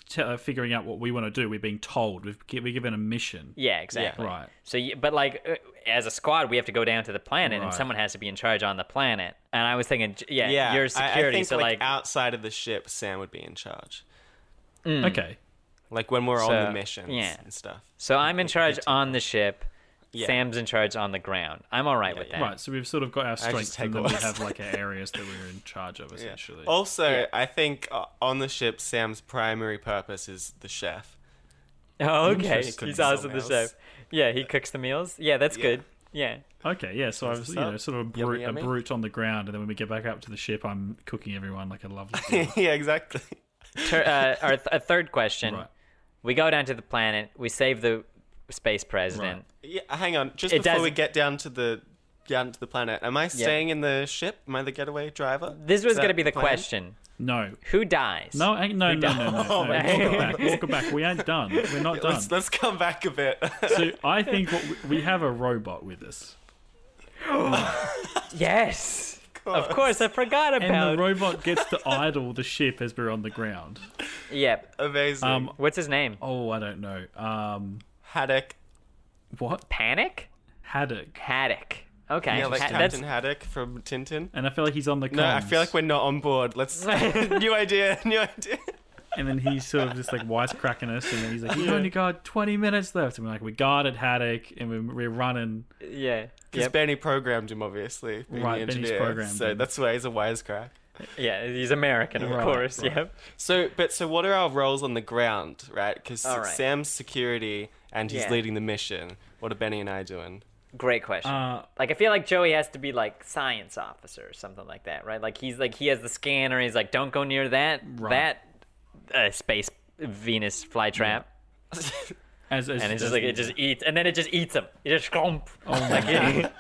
[SPEAKER 2] t- uh, figuring out what we want to do. We're being told. We've, gi- we're given a mission.
[SPEAKER 1] Yeah, exactly.
[SPEAKER 2] Right.
[SPEAKER 1] So, you, but like uh, as a squad, we have to go down to the planet, and
[SPEAKER 2] Right.
[SPEAKER 1] someone has to be in charge on the planet. And I was thinking, j- yeah,
[SPEAKER 3] yeah,
[SPEAKER 1] your
[SPEAKER 3] I- I
[SPEAKER 1] security.
[SPEAKER 3] think,
[SPEAKER 1] so like,
[SPEAKER 3] outside of the ship, Sam would be in charge. Mm.
[SPEAKER 2] Okay.
[SPEAKER 3] Like when we're on
[SPEAKER 1] So,
[SPEAKER 3] the missions
[SPEAKER 1] yeah.
[SPEAKER 3] and stuff.
[SPEAKER 1] so I'm in charge on the ship.
[SPEAKER 3] Yeah.
[SPEAKER 1] Sam's in charge on the ground. I'm all right with that.
[SPEAKER 2] Right. So we've sort of got our strengths,
[SPEAKER 3] take
[SPEAKER 2] and then
[SPEAKER 3] all-
[SPEAKER 2] we have like our areas that we're in charge of
[SPEAKER 3] Yeah. Oh.
[SPEAKER 2] essentially.
[SPEAKER 3] Also, I think uh, on the ship, Sam's primary purpose is the chef.
[SPEAKER 1] Oh, okay.
[SPEAKER 3] Interesting.
[SPEAKER 1] He's also the
[SPEAKER 3] Cooks the meals.
[SPEAKER 1] chef. Yeah, he cooks the meals. Yeah, that's
[SPEAKER 3] Yeah.
[SPEAKER 1] good. Yeah.
[SPEAKER 2] Okay. Yeah. So I was, you know,
[SPEAKER 3] What's
[SPEAKER 2] sort of a,
[SPEAKER 3] Yummy,
[SPEAKER 2] brute, a
[SPEAKER 3] yummy?
[SPEAKER 2] brute on the ground, and then when we get back up to the ship, I'm cooking everyone like a lovely. meal.
[SPEAKER 3] yeah, exactly.
[SPEAKER 1] Tur- uh, our th- a third question.
[SPEAKER 2] Right.
[SPEAKER 1] We go down to the planet. We save the space president.
[SPEAKER 3] Yeah, hang on. Just
[SPEAKER 1] It
[SPEAKER 3] before
[SPEAKER 1] does-
[SPEAKER 3] we get down to the down to the planet, am I staying in the ship? Am I the getaway driver?
[SPEAKER 1] This was
[SPEAKER 3] Is that
[SPEAKER 1] going to be the
[SPEAKER 3] plan?
[SPEAKER 1] question.
[SPEAKER 2] No.
[SPEAKER 1] Who dies?
[SPEAKER 2] No, hang- no, no, no, no, no.
[SPEAKER 1] my
[SPEAKER 2] Walk it
[SPEAKER 1] God.
[SPEAKER 2] back. Walk it back. We ain't done. We're not done.
[SPEAKER 3] Oh, Let's let's come back a bit.
[SPEAKER 2] So I think what we, we have a robot with us,
[SPEAKER 1] Yes.
[SPEAKER 3] course.
[SPEAKER 1] Of course, I forgot
[SPEAKER 2] and
[SPEAKER 1] about.
[SPEAKER 2] the robot gets to idle the ship as we're on the ground.
[SPEAKER 1] Yep.
[SPEAKER 3] Amazing.
[SPEAKER 2] Um,
[SPEAKER 1] What's his name?
[SPEAKER 2] oh, I don't know. Um,
[SPEAKER 3] Haddock.
[SPEAKER 2] what
[SPEAKER 1] Panic?
[SPEAKER 2] haddock?
[SPEAKER 1] Haddock. Okay.
[SPEAKER 3] Yeah, like
[SPEAKER 1] Ha- that's-
[SPEAKER 3] Captain Haddock from Tintin.
[SPEAKER 2] And I feel like he's on the comms.
[SPEAKER 3] No, I feel like we're not on board. Let's new idea, new idea.
[SPEAKER 2] And then he's sort of just like wisecracking us, and then he's like, "You only got twenty minutes left." And we're like, "We guarded haddock, and we're, we're running."
[SPEAKER 1] yeah.
[SPEAKER 3] Because
[SPEAKER 1] Yep.
[SPEAKER 3] Benny programmed him, obviously. being the
[SPEAKER 2] Right, Benny's
[SPEAKER 3] engineer,
[SPEAKER 2] programmed
[SPEAKER 3] So
[SPEAKER 2] him.
[SPEAKER 3] that's why he's a wisecrack.
[SPEAKER 1] Yeah. He's American, of
[SPEAKER 2] Right,
[SPEAKER 1] course. Yep.
[SPEAKER 3] So, but so what are our roles on the ground, right? Because
[SPEAKER 1] All right.
[SPEAKER 3] Sam's security and he's
[SPEAKER 1] Yeah.
[SPEAKER 3] leading the mission. What are Benny and I doing?
[SPEAKER 1] Great question.
[SPEAKER 2] Uh,
[SPEAKER 1] like I feel like Joey has to be like science officer or something like that, right? Like he's like he has the scanner. He's like, don't go near that
[SPEAKER 2] Right.
[SPEAKER 1] that uh, space Venus flytrap.
[SPEAKER 2] as, as
[SPEAKER 1] And it's
[SPEAKER 2] as-
[SPEAKER 1] just like it just eats, and then it just eats him. It just clomp.
[SPEAKER 2] Oh my
[SPEAKER 1] Like,
[SPEAKER 2] God.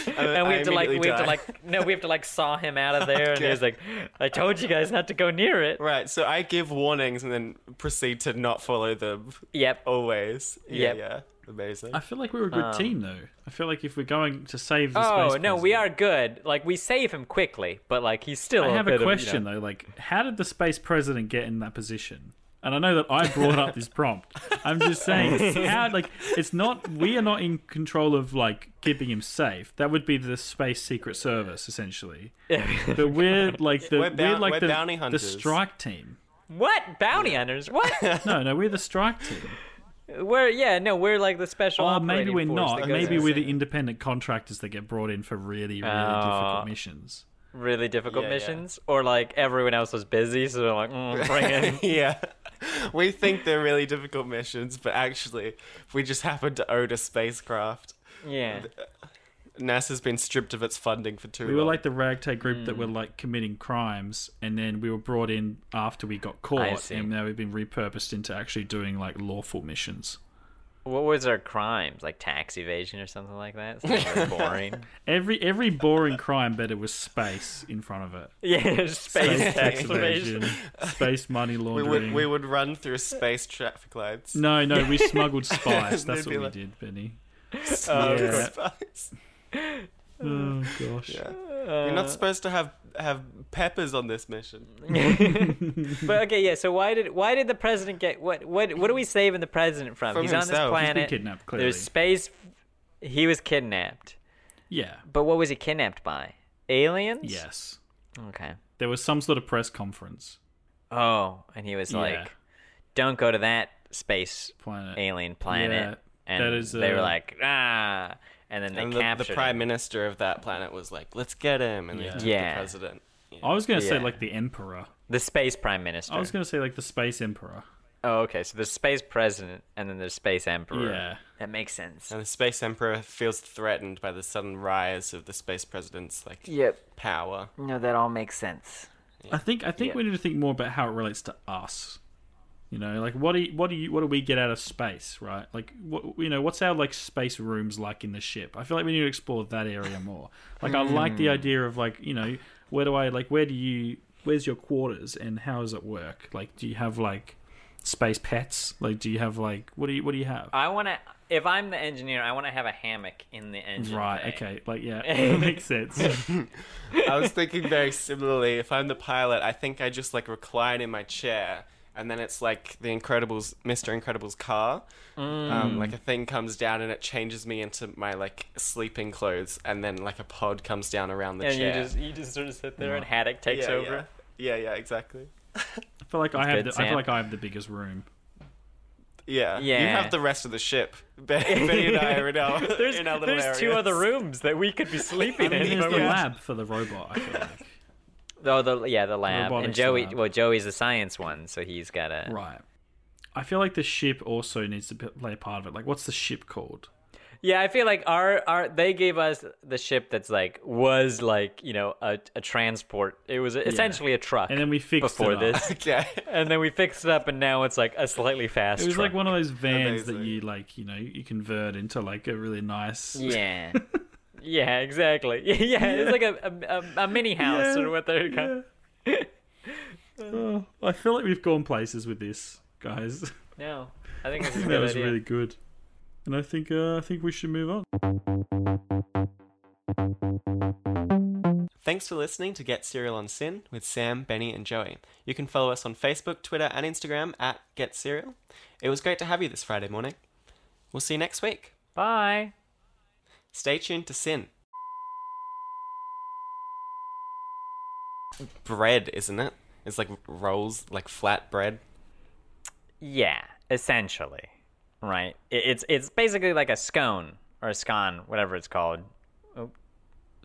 [SPEAKER 1] and we have to like we
[SPEAKER 3] immediately
[SPEAKER 1] have to
[SPEAKER 3] die.
[SPEAKER 1] like no, we have to like saw him out of there, and he
[SPEAKER 3] Okay.
[SPEAKER 1] was like, I told you guys not to go near it.
[SPEAKER 3] Right, so I give warnings and then proceed to not follow them
[SPEAKER 1] Yep.
[SPEAKER 2] Oh,
[SPEAKER 3] always. Yeah,
[SPEAKER 1] Yep.
[SPEAKER 3] yeah. Amazing.
[SPEAKER 2] I feel like we're a
[SPEAKER 1] Um.
[SPEAKER 2] good team, though. I feel like if we're going to save the
[SPEAKER 1] Oh
[SPEAKER 2] space
[SPEAKER 1] no, we
[SPEAKER 2] president-
[SPEAKER 1] are good. Like we save him quickly, but like he's still.
[SPEAKER 2] I have
[SPEAKER 1] bit
[SPEAKER 2] a
[SPEAKER 1] of, you
[SPEAKER 2] question
[SPEAKER 1] know-
[SPEAKER 2] though. Like, how did the space president get in that position? And I know that I brought up this prompt. I'm just saying, how? Like, it's not. We are not in control of like keeping him safe. That would be the space secret service, essentially. But we're like the we're,
[SPEAKER 3] We're bou-
[SPEAKER 2] like
[SPEAKER 3] we're
[SPEAKER 2] the,
[SPEAKER 3] bounty
[SPEAKER 2] the
[SPEAKER 3] hunters.
[SPEAKER 2] strike team.
[SPEAKER 1] what bounty hunters? What?
[SPEAKER 2] No, no, we're the strike team.
[SPEAKER 1] we're yeah, no, we're like the special.
[SPEAKER 2] Or Oh, maybe
[SPEAKER 1] operating
[SPEAKER 2] we're
[SPEAKER 1] force that
[SPEAKER 2] not.
[SPEAKER 1] goes
[SPEAKER 2] Maybe
[SPEAKER 1] in.
[SPEAKER 2] we're the independent contractors that get brought in for really, really
[SPEAKER 1] Oh.
[SPEAKER 2] difficult missions.
[SPEAKER 1] really difficult
[SPEAKER 3] Yeah, yeah.
[SPEAKER 1] missions, or like everyone else was busy, so they're like, mm, bring in.
[SPEAKER 3] yeah. We think they're really difficult missions, but actually, we just happen to own a spacecraft.
[SPEAKER 1] yeah,
[SPEAKER 3] NASA's been stripped of its funding for too
[SPEAKER 2] We
[SPEAKER 3] long.
[SPEAKER 2] were like the ragtag group
[SPEAKER 1] Hmm.
[SPEAKER 2] that were like committing crimes, and then we were brought in after we got
[SPEAKER 1] I
[SPEAKER 2] caught,
[SPEAKER 1] see.
[SPEAKER 2] and now we've been repurposed into actually doing like lawful missions.
[SPEAKER 1] what was our crimes? Like tax evasion or something like that. Something really boring.
[SPEAKER 2] Every every boring crime better was space in front of it.
[SPEAKER 1] Yeah, space, tax evasion.
[SPEAKER 2] space money
[SPEAKER 3] we
[SPEAKER 2] laundering.
[SPEAKER 3] would, we would run through space traffic lights.
[SPEAKER 2] No, no, we smuggled spice.
[SPEAKER 3] They'd
[SPEAKER 2] That's what
[SPEAKER 3] be
[SPEAKER 2] we
[SPEAKER 3] like-
[SPEAKER 2] did, Benny.
[SPEAKER 3] Smuggle
[SPEAKER 2] yeah.
[SPEAKER 3] spice.
[SPEAKER 2] Oh gosh.
[SPEAKER 3] Yeah. You're not supposed to have have peppers on this mission.
[SPEAKER 1] But okay, yeah. So why did why did the president get what what what are we saving the president from?
[SPEAKER 3] From
[SPEAKER 1] He's on this
[SPEAKER 3] himself. He's been
[SPEAKER 1] planet.
[SPEAKER 2] kidnapped,
[SPEAKER 1] There's
[SPEAKER 2] clearly.
[SPEAKER 1] space. He was kidnapped.
[SPEAKER 2] Yeah.
[SPEAKER 1] But what was he kidnapped by? Aliens.
[SPEAKER 2] Yes.
[SPEAKER 1] Okay.
[SPEAKER 2] There was some sort of press conference.
[SPEAKER 1] Oh, and he was
[SPEAKER 2] Yeah.
[SPEAKER 1] like, "Don't go to that space
[SPEAKER 2] Planet.
[SPEAKER 1] alien planet."
[SPEAKER 2] Yeah,
[SPEAKER 1] and
[SPEAKER 2] that is,
[SPEAKER 1] they were
[SPEAKER 2] uh,
[SPEAKER 1] like, "Ah!" And then they
[SPEAKER 3] and the,
[SPEAKER 1] captured
[SPEAKER 3] the prime
[SPEAKER 1] him.
[SPEAKER 3] minister of that planet was like, "Let's get him," and they
[SPEAKER 2] Yeah.
[SPEAKER 3] took
[SPEAKER 1] Yeah.
[SPEAKER 3] the president.
[SPEAKER 2] I was gonna say
[SPEAKER 1] Yeah.
[SPEAKER 2] like the emperor.
[SPEAKER 1] the space prime minister.
[SPEAKER 2] I was gonna say like the space emperor.
[SPEAKER 1] Oh, okay. So there's space president, and then there's space emperor.
[SPEAKER 2] Yeah.
[SPEAKER 1] that makes sense.
[SPEAKER 3] And the space emperor feels threatened by the sudden rise of the space president's like
[SPEAKER 1] Yep.
[SPEAKER 3] power.
[SPEAKER 1] No, that all makes sense.
[SPEAKER 2] I think I think
[SPEAKER 1] Yeah.
[SPEAKER 2] we need to think more about how it relates to us. You know, like what do you, what do you what do we get out of space, right? Like what you know, what's our like space rooms like in the ship? I feel like we need to explore that area more. Like I like
[SPEAKER 1] Hmm.
[SPEAKER 2] the idea of like, you know, where do I like where do you where's your quarters and how does it work? Like do you have like space pets? Like do you have like what do you what do you have?
[SPEAKER 1] I want to. If I'm the engineer, I want to have a hammock in the engine.
[SPEAKER 2] right,
[SPEAKER 1] bay.
[SPEAKER 2] okay. Like yeah, that makes sense.
[SPEAKER 3] I was thinking very similarly. If I'm the pilot, I think I just like recline in my chair and then it's like the Incredibles, Mr. Incredibles car.
[SPEAKER 1] Mm.
[SPEAKER 3] Um, like a thing comes down and it changes me into my like sleeping clothes, and then like a pod comes down around the
[SPEAKER 1] and
[SPEAKER 3] chair.
[SPEAKER 1] you just you just sort of sit there and Haddock takes
[SPEAKER 3] yeah,
[SPEAKER 1] over.
[SPEAKER 3] Yeah. yeah, yeah, exactly.
[SPEAKER 2] I feel like I have.
[SPEAKER 1] good,
[SPEAKER 2] the, I
[SPEAKER 1] Sam.
[SPEAKER 2] feel like I have the biggest room.
[SPEAKER 3] Yeah, you
[SPEAKER 1] Yeah.
[SPEAKER 3] have the rest of the ship. Ben- Benny and I are in our
[SPEAKER 1] There's,
[SPEAKER 3] in our little
[SPEAKER 1] there's two
[SPEAKER 3] areas.
[SPEAKER 1] other rooms that we could be sleeping
[SPEAKER 2] I
[SPEAKER 1] in.
[SPEAKER 2] mean,
[SPEAKER 1] but
[SPEAKER 2] there's
[SPEAKER 1] we-
[SPEAKER 2] the lab for the robot. I feel like.
[SPEAKER 1] Oh, the yeah, the lab. and
[SPEAKER 2] Robotics
[SPEAKER 1] Joey,
[SPEAKER 2] lab.
[SPEAKER 1] well, Joey's the science one, so he's got a.
[SPEAKER 2] Right. I feel like the ship also needs to p- play a part of it. Like, what's the ship called?
[SPEAKER 1] Yeah, I feel like our our they gave us the ship that's like was like you know a, a transport. It was essentially a truck.
[SPEAKER 2] And then we fixed
[SPEAKER 1] before
[SPEAKER 2] it up.
[SPEAKER 1] this,
[SPEAKER 3] Okay.
[SPEAKER 1] and then we fixed it up, and now it's like a slightly fast.
[SPEAKER 2] It was like
[SPEAKER 1] truck.
[SPEAKER 2] one of those vans that
[SPEAKER 3] Amazing.
[SPEAKER 2] you like, you know, you convert into like a really nice.
[SPEAKER 1] Yeah. yeah, exactly. Yeah, it's like a a, a, a mini house
[SPEAKER 2] Yeah,
[SPEAKER 1] or what they're
[SPEAKER 2] yeah.
[SPEAKER 1] called.
[SPEAKER 2] Oh, I feel like we've gone places with this, guys.
[SPEAKER 1] No, I think this is a
[SPEAKER 2] that
[SPEAKER 1] good
[SPEAKER 2] was
[SPEAKER 1] idea.
[SPEAKER 2] really good, and I think uh, I think we should move on.
[SPEAKER 3] Thanks for listening to Get Serial on Sin with Sam, Benny, and Joey. You can follow us on Facebook, Twitter, and Instagram at Get Serial. It was great to have you this Friday morning. We'll see you next week.
[SPEAKER 1] Bye.
[SPEAKER 3] Stay tuned to Sin. Bread, isn't it? It's like rolls, like flat bread.
[SPEAKER 1] Yeah, essentially, right? It, it's it's basically like a scone or a scone, whatever it's called.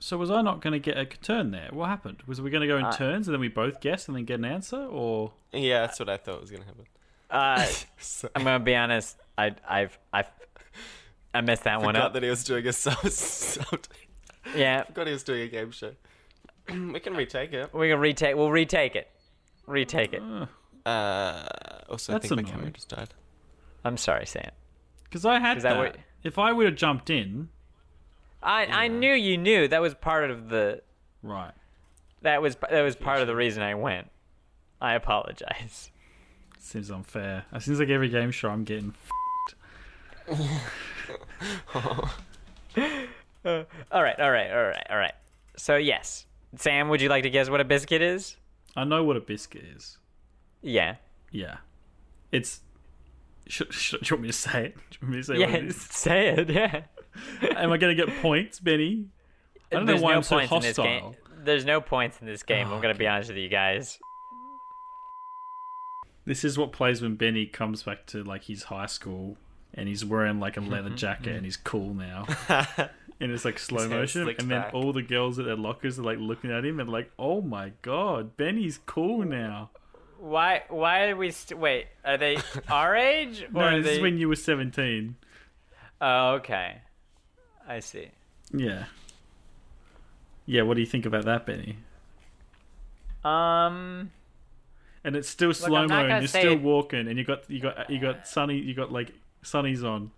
[SPEAKER 2] So was I not going to get a turn there? What happened? Was we going to go in
[SPEAKER 1] Uh,
[SPEAKER 2] turns and then we both guess and then get an answer, or
[SPEAKER 3] Yeah, that's what I thought was gonna happen.
[SPEAKER 1] Uh,
[SPEAKER 3] So,
[SPEAKER 1] I'm gonna be honest. I I've I've I messed that one
[SPEAKER 3] forgot
[SPEAKER 1] up.
[SPEAKER 3] that he was doing a sub. sub-
[SPEAKER 1] Yeah,
[SPEAKER 3] forgot he was doing a game show. we can retake it.
[SPEAKER 1] we can retake. We'll retake it. Retake it.
[SPEAKER 3] Uh, also,
[SPEAKER 2] That's
[SPEAKER 3] I think my
[SPEAKER 2] annoying.
[SPEAKER 3] camera just died.
[SPEAKER 1] I'm sorry, Sam.
[SPEAKER 2] because I had
[SPEAKER 1] Is
[SPEAKER 2] that.
[SPEAKER 1] that what-
[SPEAKER 2] If I would have jumped in,
[SPEAKER 1] I I knew you knew that was part of the
[SPEAKER 2] right?
[SPEAKER 1] that was that was part of the reason I went. I apologize.
[SPEAKER 2] Seems unfair. It seems like every game show I'm getting.
[SPEAKER 1] All right, all right, all right, all right. So yes, Sam, would you like to guess what a biscuit is?
[SPEAKER 2] I know what a biscuit is.
[SPEAKER 1] Yeah.
[SPEAKER 2] Yeah, it's. Should, should, do you want me to say it? Do you want me to say what
[SPEAKER 1] Yeah.
[SPEAKER 2] it is?
[SPEAKER 1] Say it. Yeah.
[SPEAKER 2] Am I going to get points, Benny? I don't know why I'm so
[SPEAKER 1] in this
[SPEAKER 2] hostile.
[SPEAKER 1] game. There's no points in this game. I'm gonna be honest with you guys.
[SPEAKER 2] This is what plays when Benny comes back to like his high school and he's wearing like a leather jacket and he's cool now. and it's like slow
[SPEAKER 3] hair's
[SPEAKER 2] motion,
[SPEAKER 3] slicked
[SPEAKER 2] and then
[SPEAKER 3] back.
[SPEAKER 2] all the girls at their lockers are like looking at him and like, "Oh my god, Benny's cool now."
[SPEAKER 1] Why? Why are we? St- wait, are they our age? Or
[SPEAKER 2] No,
[SPEAKER 1] are
[SPEAKER 2] Oh, this
[SPEAKER 1] they...
[SPEAKER 2] is when you were seventeen.
[SPEAKER 1] Oh, okay. I see.
[SPEAKER 2] Yeah, yeah. What do you think about that, Benny?
[SPEAKER 1] Um.
[SPEAKER 2] And it's still slow
[SPEAKER 1] I'm
[SPEAKER 2] mo,
[SPEAKER 1] not
[SPEAKER 2] and
[SPEAKER 1] gonna
[SPEAKER 2] you're
[SPEAKER 1] say
[SPEAKER 2] still
[SPEAKER 1] it-
[SPEAKER 2] walking, and you got you got you got sunny, you got like sunnies on.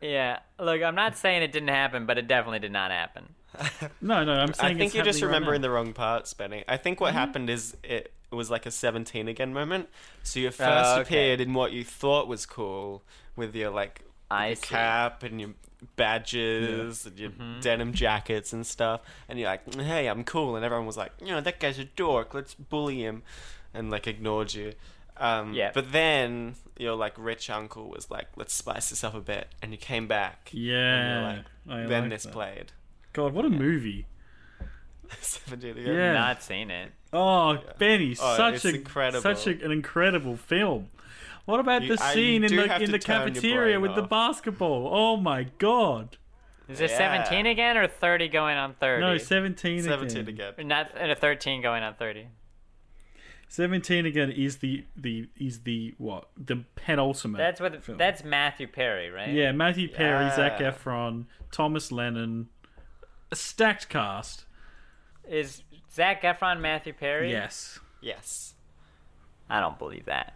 [SPEAKER 1] Yeah. Look, I'm not saying it didn't happen, but it definitely did not happen.
[SPEAKER 2] No, no, I'm saying
[SPEAKER 3] I think
[SPEAKER 2] it's
[SPEAKER 3] you're just
[SPEAKER 2] happening right
[SPEAKER 3] remembering
[SPEAKER 2] now.
[SPEAKER 3] the wrong parts, Benny. I think what
[SPEAKER 2] Mm-hmm.
[SPEAKER 3] happened is it was like a 17 again moment. So
[SPEAKER 2] Ah,
[SPEAKER 3] you first
[SPEAKER 1] okay.
[SPEAKER 3] appeared in what you thought was cool with your like
[SPEAKER 1] I
[SPEAKER 3] your
[SPEAKER 1] see. Mm-hmm.
[SPEAKER 3] cap and your badges and your denim jackets and stuff. And you're like, hey, I'm cool. And everyone was like, you know, that guy's a dork. Let's bully him. And like ignored you. Um,
[SPEAKER 1] Yeah.
[SPEAKER 3] But then your like rich uncle was like, let's spice this up a bit. And you came back. And
[SPEAKER 2] Yeah,
[SPEAKER 3] you're
[SPEAKER 2] I
[SPEAKER 3] like, then
[SPEAKER 2] like
[SPEAKER 3] this
[SPEAKER 2] that.
[SPEAKER 3] played.
[SPEAKER 2] God, what a movie!
[SPEAKER 3] 17 again.
[SPEAKER 2] Yeah.
[SPEAKER 1] Not seen it.
[SPEAKER 2] Oh, Benny,
[SPEAKER 3] Oh,
[SPEAKER 2] such
[SPEAKER 3] it's
[SPEAKER 2] a
[SPEAKER 3] incredible.
[SPEAKER 2] such a, an incredible film. What about
[SPEAKER 3] You-
[SPEAKER 2] the
[SPEAKER 3] I- you
[SPEAKER 2] scene in
[SPEAKER 3] do
[SPEAKER 2] the
[SPEAKER 3] have
[SPEAKER 2] in
[SPEAKER 3] to
[SPEAKER 2] the
[SPEAKER 3] turn your
[SPEAKER 2] cafeteria
[SPEAKER 3] brain
[SPEAKER 2] with the
[SPEAKER 3] off.
[SPEAKER 2] basketball? Oh my god!
[SPEAKER 1] Is there
[SPEAKER 3] Yeah.
[SPEAKER 1] 17 again or 30 going on 30?
[SPEAKER 2] No, seventeen.
[SPEAKER 3] 17
[SPEAKER 2] again.
[SPEAKER 3] again.
[SPEAKER 1] Or Not or 13 going on 30.
[SPEAKER 2] Seventeen again is the the is the what the penultimate.
[SPEAKER 1] That's what.
[SPEAKER 2] film.
[SPEAKER 1] That's Matthew Perry, right?
[SPEAKER 2] yeah. Matthew Perry, Zac
[SPEAKER 3] Yeah.
[SPEAKER 2] Efron, Thomas Lennon, a stacked cast.
[SPEAKER 1] Is Zach Efron Matthew Perry?
[SPEAKER 2] Yes.
[SPEAKER 3] Yes.
[SPEAKER 1] I don't believe that.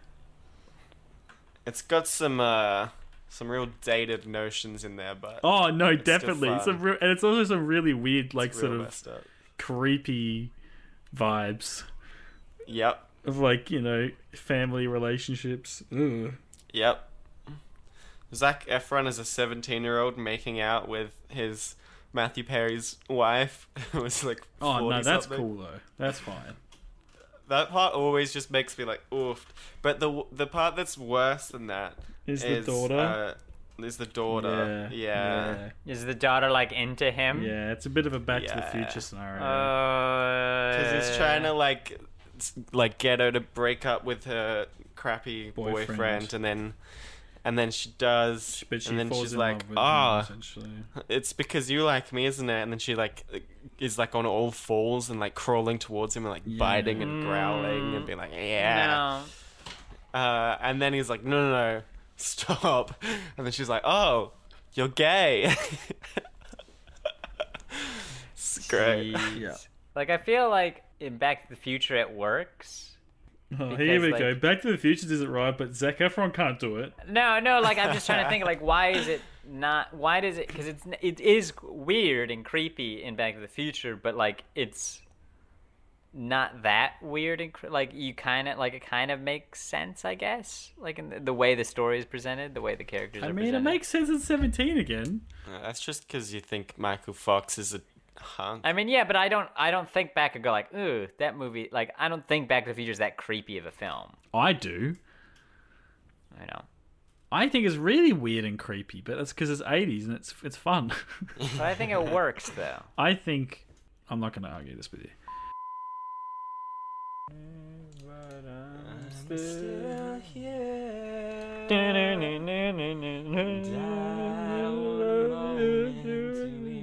[SPEAKER 3] It's got some uh some real dated notions in there, but
[SPEAKER 2] Oh no,
[SPEAKER 3] still
[SPEAKER 2] definitely. It's
[SPEAKER 3] fun.
[SPEAKER 2] a re- and it's also some really weird, like
[SPEAKER 3] it's
[SPEAKER 2] sort
[SPEAKER 3] real
[SPEAKER 2] of
[SPEAKER 3] messed up.
[SPEAKER 2] creepy vibes.
[SPEAKER 3] Yep.
[SPEAKER 2] of like you know family relationships. Ugh.
[SPEAKER 3] Yep. Zach Efron is a 17-year-old making out with his Matthew Perry's wife, who was like
[SPEAKER 2] Oh no,
[SPEAKER 3] 40
[SPEAKER 2] that's
[SPEAKER 3] something.
[SPEAKER 2] cool though. That's fine.
[SPEAKER 3] that part always just makes me like oof. But the the part that's worse than that
[SPEAKER 2] Is the daughter?
[SPEAKER 3] uh, is the daughter. Yeah.
[SPEAKER 1] Is the daughter like into
[SPEAKER 2] yeah,
[SPEAKER 1] him?
[SPEAKER 2] yeah. It's a bit of a Back to the
[SPEAKER 3] Yeah. Uh,
[SPEAKER 2] Future scenario.
[SPEAKER 1] Because Uh,
[SPEAKER 3] Because
[SPEAKER 2] Uh,
[SPEAKER 3] he's trying to like, s- like get her to break up with her crappy
[SPEAKER 2] Boyfriend.
[SPEAKER 3] boyfriend, and then, and then she does,
[SPEAKER 2] but she
[SPEAKER 3] and then
[SPEAKER 2] falls
[SPEAKER 3] she's
[SPEAKER 2] in
[SPEAKER 3] like,
[SPEAKER 2] love with him,
[SPEAKER 3] ah,
[SPEAKER 2] essentially.
[SPEAKER 3] it's because you like me, isn't it? And then she like is like on all fours and like crawling towards him and like biting and growling and being like, yeah.
[SPEAKER 1] No.
[SPEAKER 3] Uh, and then he's like, no, no, no, stop. And then she's like, oh, you're gay. it's great.
[SPEAKER 2] Yeah.
[SPEAKER 1] Like I feel like in Back to the Future it works.
[SPEAKER 2] Oh, here
[SPEAKER 1] Because,
[SPEAKER 2] we
[SPEAKER 1] like-
[SPEAKER 2] go. Back to the Future does it right, but Zac Efron can't do it.
[SPEAKER 1] No, no. Like I'm just trying to think. Like why is it not? Why does it? Because it's it is weird and creepy in Back to the Future, but like it's not that weird and cre- like you kind of like it kind of makes sense, I guess. Like in the, the way the story is presented, the way the characters
[SPEAKER 2] I
[SPEAKER 1] are
[SPEAKER 2] mean,
[SPEAKER 1] presented.
[SPEAKER 2] it makes sense at 17 again.
[SPEAKER 3] Uh, That's just because you think Michael Fox is a hunk.
[SPEAKER 1] I mean, yeah, but I don't. I don't think back and go like, ooh, that movie. Like I don't think Back to the Future is that creepy of a film.
[SPEAKER 2] I do.
[SPEAKER 1] I know.
[SPEAKER 2] I think it's really weird and creepy, but that's because it's 80s and it's it's fun.
[SPEAKER 1] But I think it works though.
[SPEAKER 2] I think I'm not going to argue this with you.
[SPEAKER 1] Uh,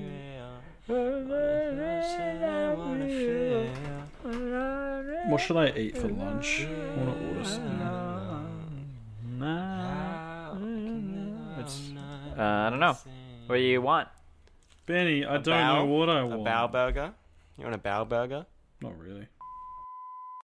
[SPEAKER 2] What should I eat for lunch? I want to order
[SPEAKER 1] Uh, I don't know. What do you want?
[SPEAKER 2] Benny, I don't
[SPEAKER 3] bow?
[SPEAKER 2] know what I
[SPEAKER 3] A
[SPEAKER 2] want.
[SPEAKER 3] bow burger? You want a bow burger?
[SPEAKER 2] Not really.